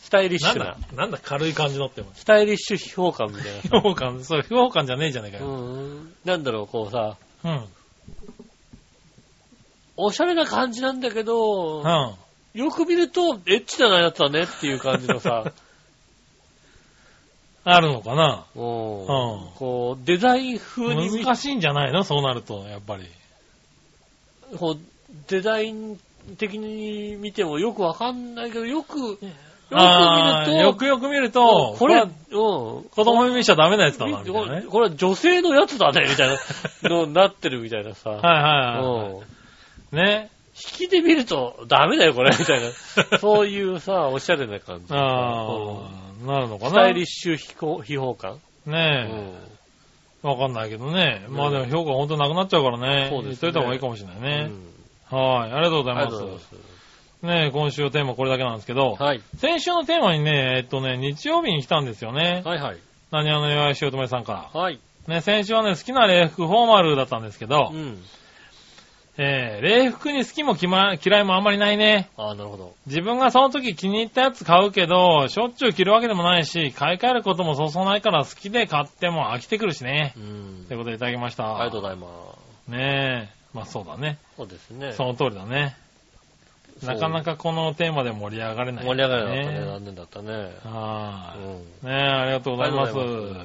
S2: スタイリッシ
S3: なん
S2: ュな。
S3: だ、なんだ軽い感じのって。
S2: スタイリッシ *laughs* ュ秘宝館みたいな。
S3: 評価、それ評価じゃねえじゃね *laughs* えか
S2: う
S3: よ。
S2: ん。なんだろう、こうさ、
S3: うん。うん。
S2: おしゃれな感じなんだけど、
S3: あ
S2: よく見ると、エッチなやつだねっていう感じの
S3: *laughs*
S2: さ、
S3: るのかな
S2: うん
S3: うん
S2: こう、デザイン風に見、
S3: 難しいんじゃないのそうなると、やっぱり。
S2: こう、デザイン的に見てもよくわかんないけど、よく、よく見る
S3: あー
S2: と、
S3: よくよく見ると、
S2: これ、うん。
S3: 子
S2: 子
S3: 供に見しちゃダメなやつだな、みたい
S2: こ
S3: な
S2: れ
S3: ね。
S2: これは女性のやつだね、みたいな、のになってるみたいなさ。
S3: はいはいは
S2: うん
S3: い。ね。
S2: 引きで見るとダメだよ、これ、みたいな。そういうさ、おしゃれな感じ。
S3: あ
S2: うん
S3: あ、なるのかな。
S2: スタイリッシュ秘宝秘宝感、
S3: ねえ。わかんないけどね。まあでも評価ほんとなくなっちゃうからね。
S2: そうですね
S3: 言っといた方がいいかもしれない
S2: うんう
S3: ね。
S2: ん
S3: はい。ありがとうござ
S2: あ
S3: い
S2: りがと
S3: ま。
S2: うございます
S3: ねえ、今週のテーマこれだけなんですけど
S2: す。、はい。
S3: 先週のテーマにね、えっとね、日曜日に来たんですよね。
S2: はいはい。
S3: 何あの岩井しおとめさんか
S2: はい。
S3: ら。ね、先週はね、好きな礼服フォーマルだったんですけど、
S2: うん。
S3: えー、礼服に好きもきま嫌いもあんまりないね。
S2: ああ、なるほど。
S3: 自分がその時気に入ったやつ買うけど、しょっちゅう着るわけでもないし、買い替えることもそうそうないから好きで買っても飽きてくるしね。
S2: うん
S3: という。ことでいただきました。
S2: ありがとう
S3: う
S2: ございます。
S3: ねえ。まあそうだね。
S2: そうですね。
S3: その通りだね。
S2: そう
S3: なかなかこのテーマで盛り上がれない、
S2: 盛り上がらなかったね。
S3: ね。
S2: 残念だったね。
S3: は
S2: う
S3: い。
S2: ん。
S3: ねえ、ありがとうございま
S2: あ
S3: す。
S2: りがとうございま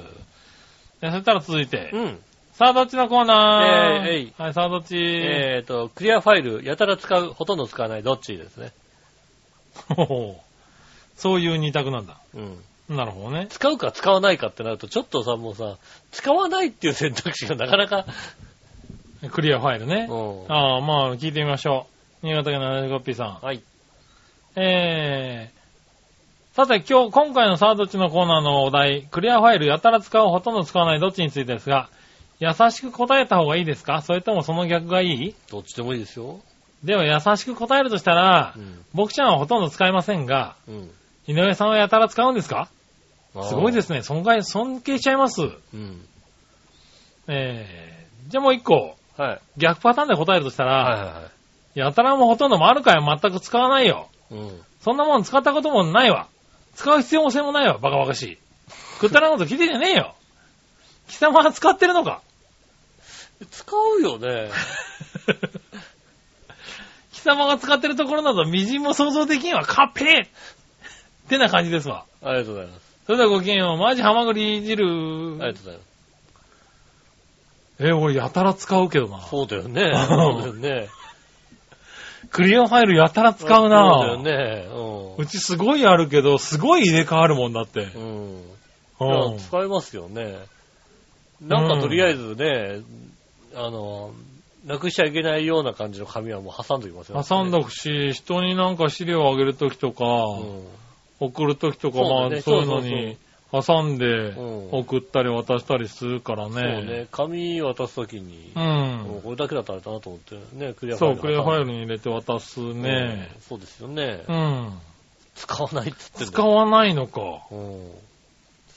S3: でそしたら続いて、
S2: うん。
S3: さあどっちのコーナー
S2: えいえい
S3: はい、さあどっち、
S2: えっと、クリアファイル、やたら使う、ほとんど使わない、どっちですね。
S3: ほほ *laughs* そういう二択なんだ。
S2: うん。
S3: なるほどね。
S2: 使うか使わないかってなると、ちょっとさ、もうさ、使わないっていう選択肢がなかなか、
S3: クリアファイルね。
S2: うん。
S3: ああ、まあ聞いてみましょう。新潟県の 75P さん。
S2: はい。
S3: えー、さて今日、今回のサードッチのコーナーのお題、クリアファイルやたら使う、ほとんど使わない、どっちについてですが、優しく答えた方がいいですかそれともその逆がいい
S2: どっちでもいいですよ。
S3: では優しく答えるとしたら
S2: う、ん。
S3: 僕ちゃんはほとんど使いませんが、
S2: うん。。
S3: 井上さんはやたら使うんですかすごいですすね。尊敬、尊敬しちゃいます。
S2: うん。
S3: えー、じゃあもう一個、
S2: はい。
S3: 逆パターンで答えるとしたら、
S2: はいは
S3: やたらもほとんどもあるかよ、全く使わないよ。
S2: いはい。うん。
S3: そんなもん使ったこともないわ。使う必要性もないわ、バカバカしい。くったらんこと聞いてんじゃねえよ。貴様は使ってるのか *laughs*
S2: 使うよね。
S3: 貴様が使ってるところなど、微塵も想像できんわ、カッペーってな感じですわ。
S2: ありがとうございます。
S3: それではごきげんよう、マジハマグリ
S2: あ
S3: 汁
S2: り。がとうございます。
S3: え、俺やたら使うけどな。
S2: そうだよね。そうだよね。
S3: クリアファイルやたら使うな
S2: そうだよね。
S3: うちすごいあるけど、すごい入れ替わるもんだって。
S2: うん。うん。
S3: う
S2: い
S3: ん
S2: や使えますよね。なんかとりあえずね、あの、なくしちゃいけないような感じの紙はもう挟んでおきますよ、ね。
S3: 挟んどくし、人になんか資料をあげるときとか、
S2: うん。
S3: 送るときとか、
S2: そうだね
S3: まあそういうのに挟んで
S2: うん
S3: 送ったり渡したりするから
S2: そう
S3: ね。
S2: ね。紙渡すときに、もうこれだけだったらあれだなと思って、ね、クリ
S3: う
S2: ア
S3: ん。
S2: ファイル
S3: そう、クリアフ
S2: イ
S3: ァイルに入れて渡すね。
S2: そうですよね。
S3: うん。
S2: 使わないっつってんだよ
S3: 使わないのか。
S2: うん。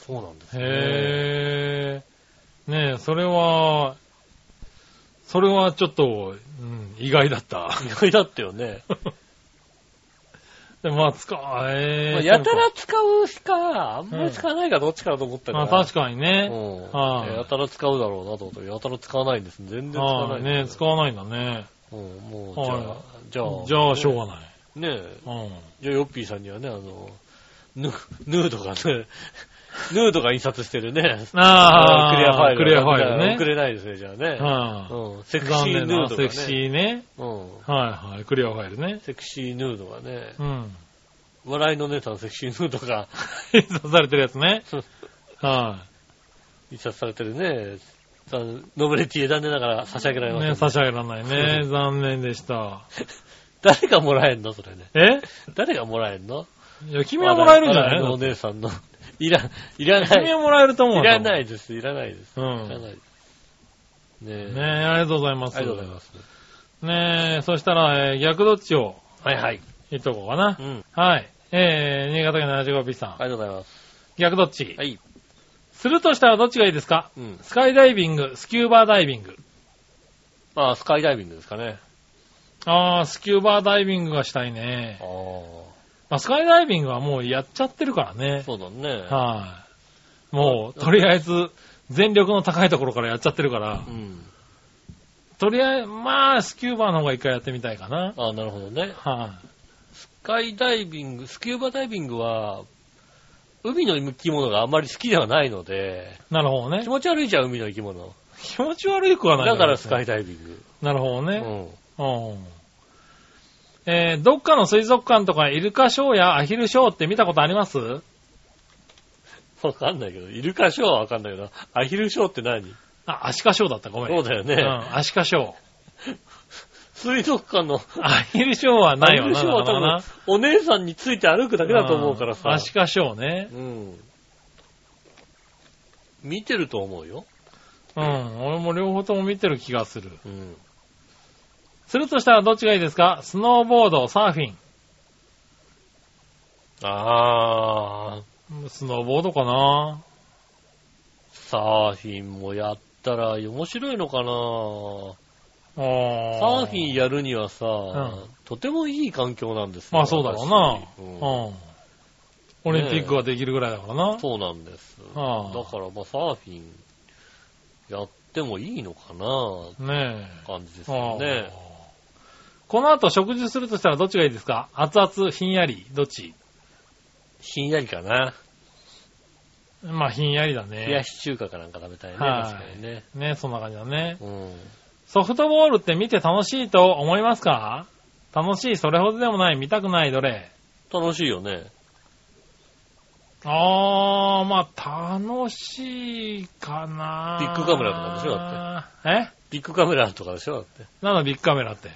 S2: そうなんですね。
S3: へえ。ねえ、それは、それはちょっと、うん、意外だった。
S2: 意
S3: *laughs*
S2: 外だったよね。
S3: でもまあ、使う、ええ
S2: まあやたら使うしか、あんまり使わないかどっちかだと思った
S3: まあ
S2: ら。
S3: 確かにね。
S2: うん
S3: はい
S2: やたら使うだろうなと思ったら、やたら使わないんです。全然使わな
S3: はい
S2: ん
S3: い
S2: です。
S3: ね、使わないんだね。
S2: うんもう、じゃあ、
S3: は
S2: じゃあ。
S3: じゃあ、しょうがない。
S2: ねえ、
S3: うん。
S2: じゃあ、ヨッピーさんにはね、あの、ヌヌードがね、 *laughs* ヌードが印刷してるね、
S3: ああ、
S2: クリアファイル。
S3: クリアファイルね。
S2: 送れないですね、じゃあね。
S3: は
S2: うん、セ
S3: い。
S2: クシー
S3: 残
S2: ヌ
S3: 念
S2: ード
S3: な、
S2: が、ね。
S3: セクシーね。
S2: うん。
S3: はいはい、クリアファイルね。
S2: セクシーヌードがね、 *laughs*
S3: うん。
S2: 笑いの姉さんのセクシーヌードが *laughs*
S3: 印刷されてるやつね
S2: そう。
S3: は
S2: 印刷されてるね、さノブレティへ残念ながら差し上げられ
S3: い。
S2: ました、
S3: ね、差し上げられないね。残念
S2: *laughs*
S3: でした。
S2: 誰がもらえんのそれね。
S3: え
S2: 誰がもらえんの
S3: いや、君はもらえるんじゃ
S2: 笑いの
S3: な
S2: お
S3: い
S2: 姉さんの。いら、いらな
S3: 君
S2: い。
S3: はもらえると思う。
S2: いらないいです、いらないです。
S3: う
S2: いら
S3: ん。
S2: ないです。ねえ。
S3: ねありがとうございます。
S2: ありがとうございます。
S3: ねえ、そしたら、えー逆どっちを
S2: はいはい。
S3: 言っとこうかな
S2: う。ん。
S3: はい。えー、新潟県 75B さん。
S2: ありがとうございます。
S3: 逆どっち、
S2: はい。
S3: するとしたらどっちがいいですか
S2: うん。
S3: スカイダイビング、スキューバーダイビング。
S2: まあ、スカイダイビングですかね。
S3: あー、スキューバーダイビングがしたいね
S2: あ。あ。
S3: まあ、スカイダイビングはもうやっちゃってるからね。
S2: そうだね。
S3: はい。もう、とりあえず、全力の高いところからやっちゃってるから
S2: う、ん。
S3: とりあえず、まあ、スキューバーの方が一回やってみたいかな。
S2: ああ、なるほどね。
S3: は
S2: スカイダイビング、スキューバダイビングは、海の生き物があまり好きではないので、
S3: い。なるほどね
S2: 気。持ち悪いじゃん、海の生き物。
S3: 気持ち悪いくはない
S2: だからスカ
S3: イ。
S2: イダイビング。
S3: なるほど
S2: う
S3: ね。
S2: ん。
S3: うん。えーどっかの水族館とかイルカショーやアヒルショーって見たことあります
S2: わかんないけど、イルカショーはわかんないけど、アヒルショーって何
S3: あ、アシカショーだった、ごめ
S2: そう
S3: ん。
S2: だよね。
S3: うん、アシカショー。
S2: 水族館の、
S3: アヒルショーは
S2: ア
S3: な
S2: ヒ
S3: いわ
S2: ル
S3: な、
S2: ショーは多分、お姉さんについて歩くだけだと思うから
S3: ん
S2: さ
S3: ア。シカショーね。
S2: うん。見てると思うよ。
S3: うん、俺も両方とも見てる気がする。
S2: うん。
S3: するとしたらどっちがいいですかスノーボード、サーフィ
S2: あー、
S3: ン。スノーボードかな
S2: サーフィンもやったら面白いのかな
S3: サー
S2: サーフィンやるにはさ、
S3: ん
S2: とてもいい環境なんですよ
S3: まあそうだろうな。
S2: 私うん
S3: うん。オリンピックができるぐらいだからな。
S2: そうなんです。だ
S3: ああ
S2: からまあサーフィンやってもいいのかな
S3: ね
S2: 感じです
S3: え。
S2: よね。
S3: ああこの後食事するとしたらどっちがいいですか熱々、ひんやり、どっち
S2: ひんやりかな。
S3: まあひんやりだ
S2: 冷や
S3: ね。
S2: し中華かなんか食べたいね。
S3: はい
S2: 確かにね。
S3: ねそんな感じだね。
S2: うん。
S3: ソフトボールって見て楽しいと思いますか楽しい、それほどでもない、見たくない、どれ
S2: 楽しいよね。
S3: あー、まあ楽しいかな
S2: ビッグカメラとかでしょだ
S3: え
S2: ビッグカメラとかでしょだって。 *laughs*
S3: なんだビッグカメラって。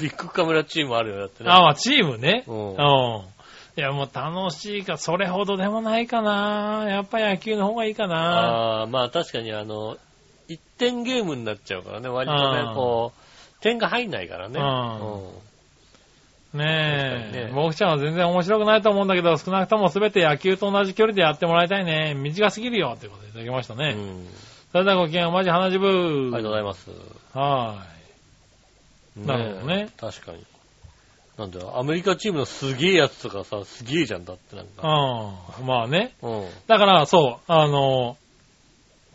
S2: ビッグカメラチームあるよ、だってね。
S3: あ、まあチームね。
S2: うん
S3: うん。いや、もう楽しいか、それほどでもないかな。やっぱ野球の方がいいかな。
S2: あーまあ確かにあの、1点ゲームになっちゃうからね、割と
S3: う
S2: ね
S3: ん、
S2: こう、点が入んないからね。
S3: うん
S2: うん
S3: ね
S2: 確か
S3: え。
S2: にね
S3: 僕ちゃんは全然面白くないと思うんだけど、少なくとも全て野球と同じ距離でやってもらいたいね。短すぎるよってことでいただきましたね。
S2: うん。
S3: それではごきげんよう、マジ花ジブー。
S2: ありがとうございます。
S3: は
S2: ねえ
S3: なるほどね
S2: 確かに。なんだよ、アメリカチームのすげえやつとかさ、すげえじゃんだってなんか。
S3: ーい。うん。まあね。
S2: うん。
S3: だから、そう、あの、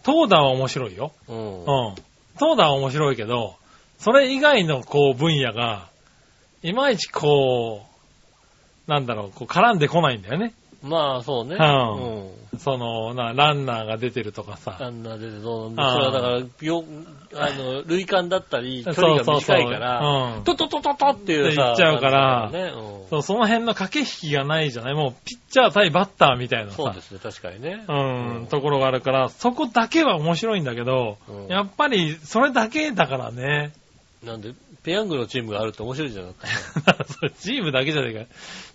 S3: 東打は面白いよ。
S2: うん。
S3: うん。東打は面白いけど、それ以外のこう分野が、いまいちこう、なんだろう、こう絡んでこないんだよね。
S2: まあ、そうね。
S3: うん
S2: うん。
S3: その、な、ランナーが出てるとかさ。
S2: あんなでどうなんだ。
S3: あ
S2: そ
S3: ー
S2: れはだから、秒あの、
S3: *laughs*
S2: 類間だったり、
S3: そ
S2: 距
S3: う
S2: 離
S3: そ
S2: が
S3: うそ
S2: 短
S3: う。う
S2: いから、
S3: ん。
S2: トトトトトっていう
S3: 行
S2: さ、
S3: っちゃうから
S2: 感じだからねう。
S3: そう、その辺の駆け引きがないじゃないもう、ピッチャー対バッターみたいなんさ。
S2: そうですね、確かにね。
S3: う
S2: うん
S3: ん、ところがあるから、そこだけは面白いんだけど、
S2: うん
S3: やっぱり、それだけだからね。
S2: なんで、ペヤングのチームがあると面白いじゃなかっ
S3: *laughs* それチームだけじゃねえか。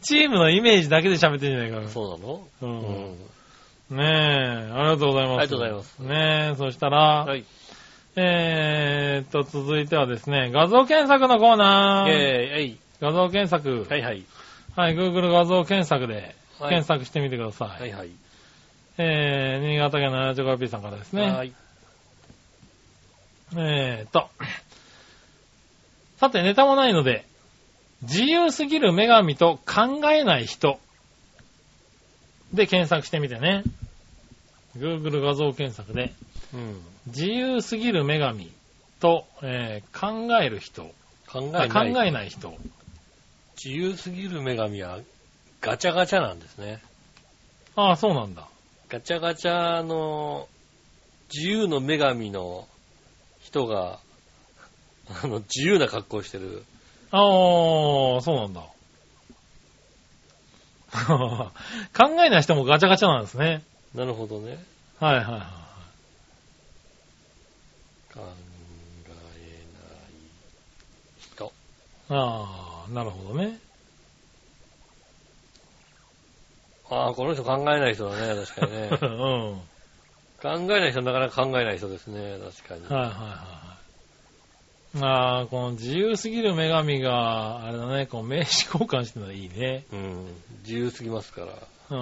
S3: チームのイメージだけで喋ってんじゃねえか
S2: た。。そうなの
S3: う。
S2: うんん。
S3: ねえ、ありがとうござい
S2: あ
S3: ます。
S2: りがとうございます
S3: ねえ、そしたら、
S2: はい。
S3: えーっと、続いてはですね、画像検索のコーナー。
S2: えい
S3: 画像検索。
S2: はいはい。
S3: はい、Google 画像検索で
S2: はい
S3: 検索してみてください。
S2: はいはい。
S3: えー、新潟県 75P さんからですね。
S2: はい。
S3: えーっと。さて、ネタもないので、自由すぎる女神と考えない人で検索してみてね。Google 画像検索で、
S2: うん。
S3: 自由すぎる女神と、えー考える人、
S2: 考えな
S3: あ
S2: い。
S3: 考えない人。
S2: 自由すぎる女神はガチャガチャなんですね。
S3: ああ、そうなんだ。
S2: ガチャガチャの自由の女神の人が、あの、自由な格好をしてる。
S3: ああ、そうなんだ。 *laughs* 考えない人もガチャガチャなんですね。
S2: なるほどね。
S3: はいはいはい。
S2: 考えない。
S3: ああ、なるほどね。。
S2: ああ、この人考えない人だね、確かにね *laughs*
S3: *laughs* うん。
S2: 考えない人なかなか考えない人ですね、確かに。
S3: はいはいはいはい。ああ、この自由すぎる女神が、あれだね、こう名刺交換してるのいいね。
S2: うん。自由すぎますから。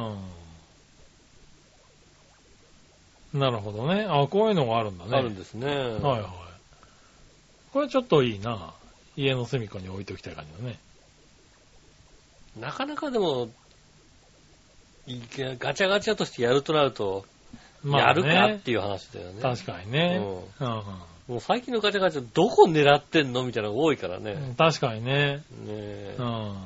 S3: うん。なるほどね。あこういうのがあるんだね。
S2: あるんですね。
S3: はいはい。これちょっといいな。家の隅っこに置いておきたい感じだね。
S2: なかなかでも、いけガチャガチャとしてやるとなると、やるかっていう話だよね。
S3: 確かにね。うん
S2: もう最近のガチャガチャどこ狙ってんのみたいなのが多いからね。
S3: う
S2: ね
S3: ん確かにね。
S2: え
S3: うん。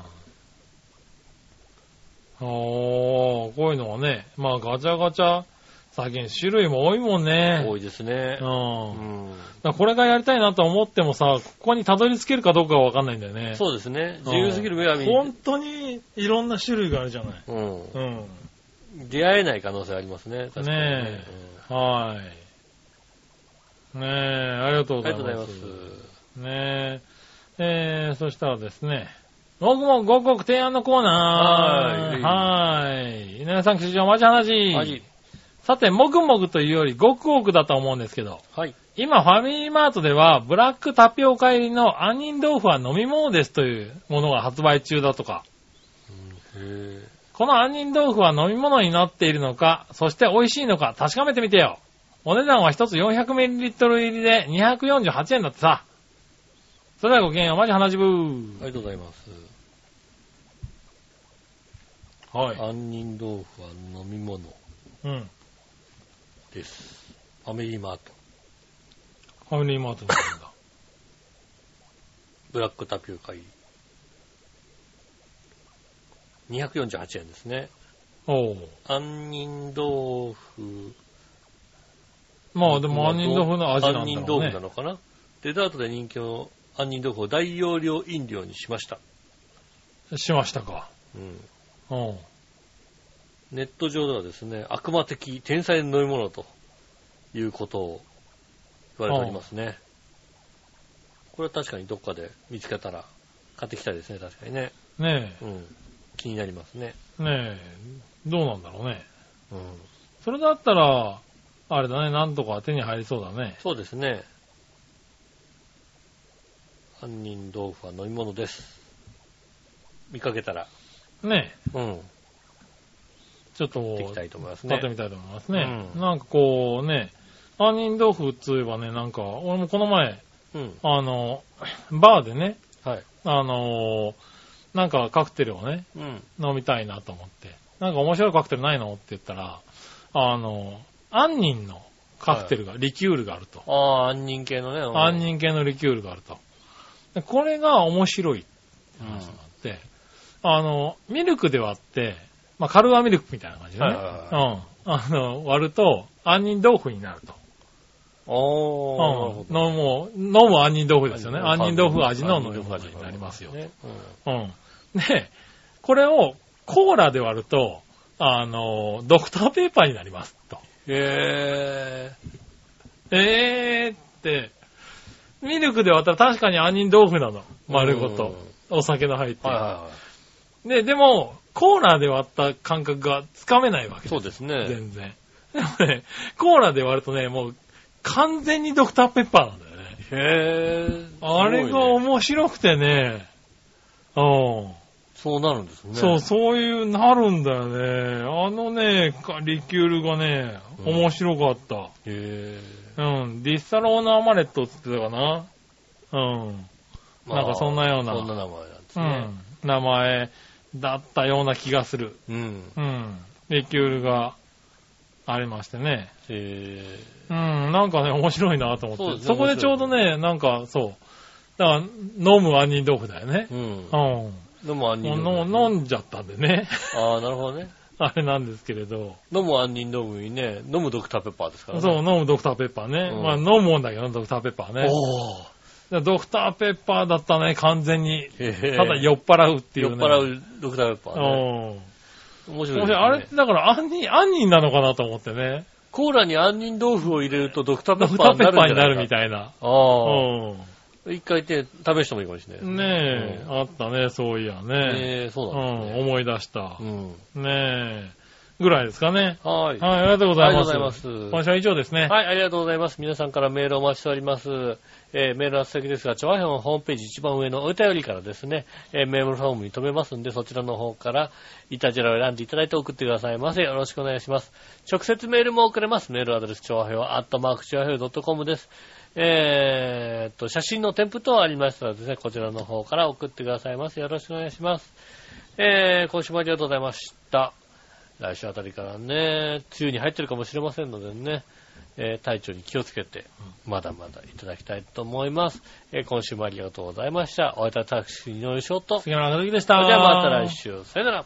S3: おー、こういうのはね。まあガチャガチャ、最近種類も多いもんね。
S2: 多いですね
S3: う。。
S2: うんん
S3: だからこれがやりたいなと思ってもさ、ここにたどり着けるかどうかはわかんないんだよね。
S2: そうですね。
S3: ん
S2: 自由すぎる女神
S3: 本
S2: に、
S3: 当にいろんな種類があるじゃない。
S2: うん
S3: うん。
S2: 出会えない可能性ありますね。確かに
S3: ねえはい。ねえ、ありがと
S2: う
S3: うん
S2: ありがとうござ
S3: ござ
S2: い
S3: いま。
S2: ますす。
S3: ねえ、えー、そしたらですね、僕もごくごく提案のコーナー。はーい。はい。皆さん、吉祥マジ話。
S2: はい。
S3: さて、もぐもぐというより、ごくごくだと思うんですけど、
S2: はい。
S3: 今、ファミリーマートでは、ブラックタピオカ入りの杏仁豆腐は飲み物ですというものが発売中だとか。
S2: うんへえ
S3: この杏仁豆腐は飲み物になっているのか、そして美味しいのか確かめてみてよ。お値段は一つ 400ml 入りで248円だってさ。それではごきげんよう、マジ話ぶ
S2: ありがとうございます。
S3: は。
S2: 杏仁豆腐は飲み物
S3: うん。
S2: です。ファミリーマート。
S3: ファミリーマートなんだ。
S2: ブラックタピオカ入り。248円ですね。
S3: *laughs* おう。
S2: 杏仁豆腐。
S3: まあでも杏仁豆腐の味なんだろうね。
S2: 杏仁豆腐なのかなデザートで人気の杏仁豆腐を大容量飲料にしました。
S3: しましたか。
S2: うん
S3: うん。
S2: ネット上ではですね、悪魔的天才の飲み物ということを言われておりますね。これは確かにどっかで見つけたら買ってきたいですね、確かにね。
S3: ね
S2: うん。気になりますね。
S3: え、ねえ、どうなんだろうね。
S2: うん。
S3: それだったら、あれだね、なんとか手に入りそうだね。
S2: そうですね。杏仁豆腐は飲み物です。見かけたら、
S3: ねえ、
S2: うん。
S3: ちょっと、
S2: できたいと思います
S3: 買って
S2: ね。
S3: みたいと思いますね。
S2: うん
S3: なんかこうね、杏仁豆腐といえばね、なんか、俺もこの前、
S2: うん。
S3: あの、バーでね、
S2: はい。
S3: あの、なんかカクテルをね、
S2: うん。
S3: 飲みたいなと思って、なんか面白いカクテルないのって言ったら、あの、杏仁のカクテルが、リキュールがあると。
S2: ああ、杏仁系のね。うん
S3: 杏。仁系のリキュールがあると。でこれが面白いって話になって、あの、ミルクで割って、まあ、カルアミルクみたいな感じで
S2: は
S3: ね。
S2: いはい
S3: うん。あの、割ると、杏仁豆腐になると。
S2: おー。なるほ
S3: うん。
S2: ど
S3: のもう、飲む杏仁豆腐ですよね。
S2: はい
S3: 杏仁豆腐味の飲み
S2: 杏仁
S3: 物
S2: 豆腐味
S3: になりますよ。
S2: ねうん
S3: うん。で、これをコーラで割ると、あの、ドクターペーパーになりますと。
S2: へ
S3: えーって、ミルクで割ったら確かに杏仁豆腐なの。丸ごと。お酒の入って
S2: ー。はい
S3: る。
S2: はいは
S3: で、でも、コーラで割った感覚がつかめないわけ
S2: い。
S3: です
S2: そうですね。
S3: 全然。でもね、コーラで割るとね、もう完全にドクターペッパーなんだよね。
S2: へー。
S3: あれ
S2: す
S3: が
S2: ごいね
S3: 面白くてね、うん。
S2: そうなるんですね。
S3: そう、そういう、なるんだよね。あのね、かリキュールがね、
S2: うん
S3: 面白かった。
S2: へ
S3: うん、ディッサローナアマレットって言ってたかな。うん、
S2: ー。
S3: なんかそんなような
S2: そんな名前なんです
S3: う
S2: ね。
S3: ん、名前だったような気がする。
S2: うん。
S3: うん、リキュールがありましてね。
S2: へ
S3: うん、なんかね、面白いなと思って。
S2: そう
S3: そ
S2: ですね
S3: こでちょうどね、なんかそう、だから、飲む杏仁豆腐だよね
S2: ー。。うん
S3: う。ん。
S2: 飲む杏仁
S3: もう
S2: 豆
S3: の
S2: 腐。
S3: 飲んじゃったんでね。 *laughs*
S2: ああ、なるほどね。
S3: あれなんですけれど。
S2: 飲む杏仁豆腐にね、飲むドクターペッパーですからね。
S3: そう、飲むドクターペッパーね。
S2: うん
S3: まあ飲むもんだけど、ドクターペッパーね。
S2: おー。
S3: でドクターペッパーだったね、完全に。
S2: へー
S3: ただ酔っ払うってい
S2: 酔
S3: う
S2: っ
S3: ね。
S2: 払うドクターペッパーね。
S3: うん。
S2: 面白い
S3: 面
S2: です
S3: 白
S2: ね。
S3: いあれ、だから、杏仁、杏仁なのかなと思ってね。
S2: コーラに杏仁豆腐を入れるとドクターペ
S3: ドク
S2: ッ
S3: タ
S2: パーに
S3: ーペ
S2: なるん
S3: ッ
S2: じ
S3: パー
S2: ゃ
S3: に
S2: な
S3: な
S2: い
S3: るみ
S2: か。
S3: たいな。
S2: あ
S3: う
S2: あ。一回手、試してもいいかもしれないです
S3: ん。ねえ、
S2: うん
S3: あったね、そういやね。
S2: えー、そううんなんです、ね。、
S3: 思い出した
S2: う。ん。
S3: ねえ、ぐらいですかね。
S2: はい。
S3: はい、ありがとうご
S2: あ
S3: ざい
S2: りがとう
S3: ま
S2: ご
S3: す。
S2: ざいます。
S3: 今週は以上ですね。
S2: はい、ありがとうございます。皆さんからメールお待ちしております。えーメールは素敵ですが、チョアヘオのホームページ一番上のお便りからですね、えーメールフォームに飛べますんで、そちらの方から、イタジェラを選んでいただいて送ってくださいませ。よろしくお願いします。直接メールも送れます。メールアドレス、チョアヘオ、アットマーク、チョアヘオ .com です。えーっと、写真の添付等ありましたらですね、こちらの方から送ってくださいませ。よろしくお願いします。えー、今週もありがとうございました。来週あたりからね、梅雨に入ってるかもしれませんのでね、えー体調に気をつけて、まだまだいただきたいと思います。えー今週もありがとうございました。お会いいたいタクシーの優勝と、そ
S3: 杉村和之でし
S2: れ
S3: た。
S2: ではまた来週。さよなら。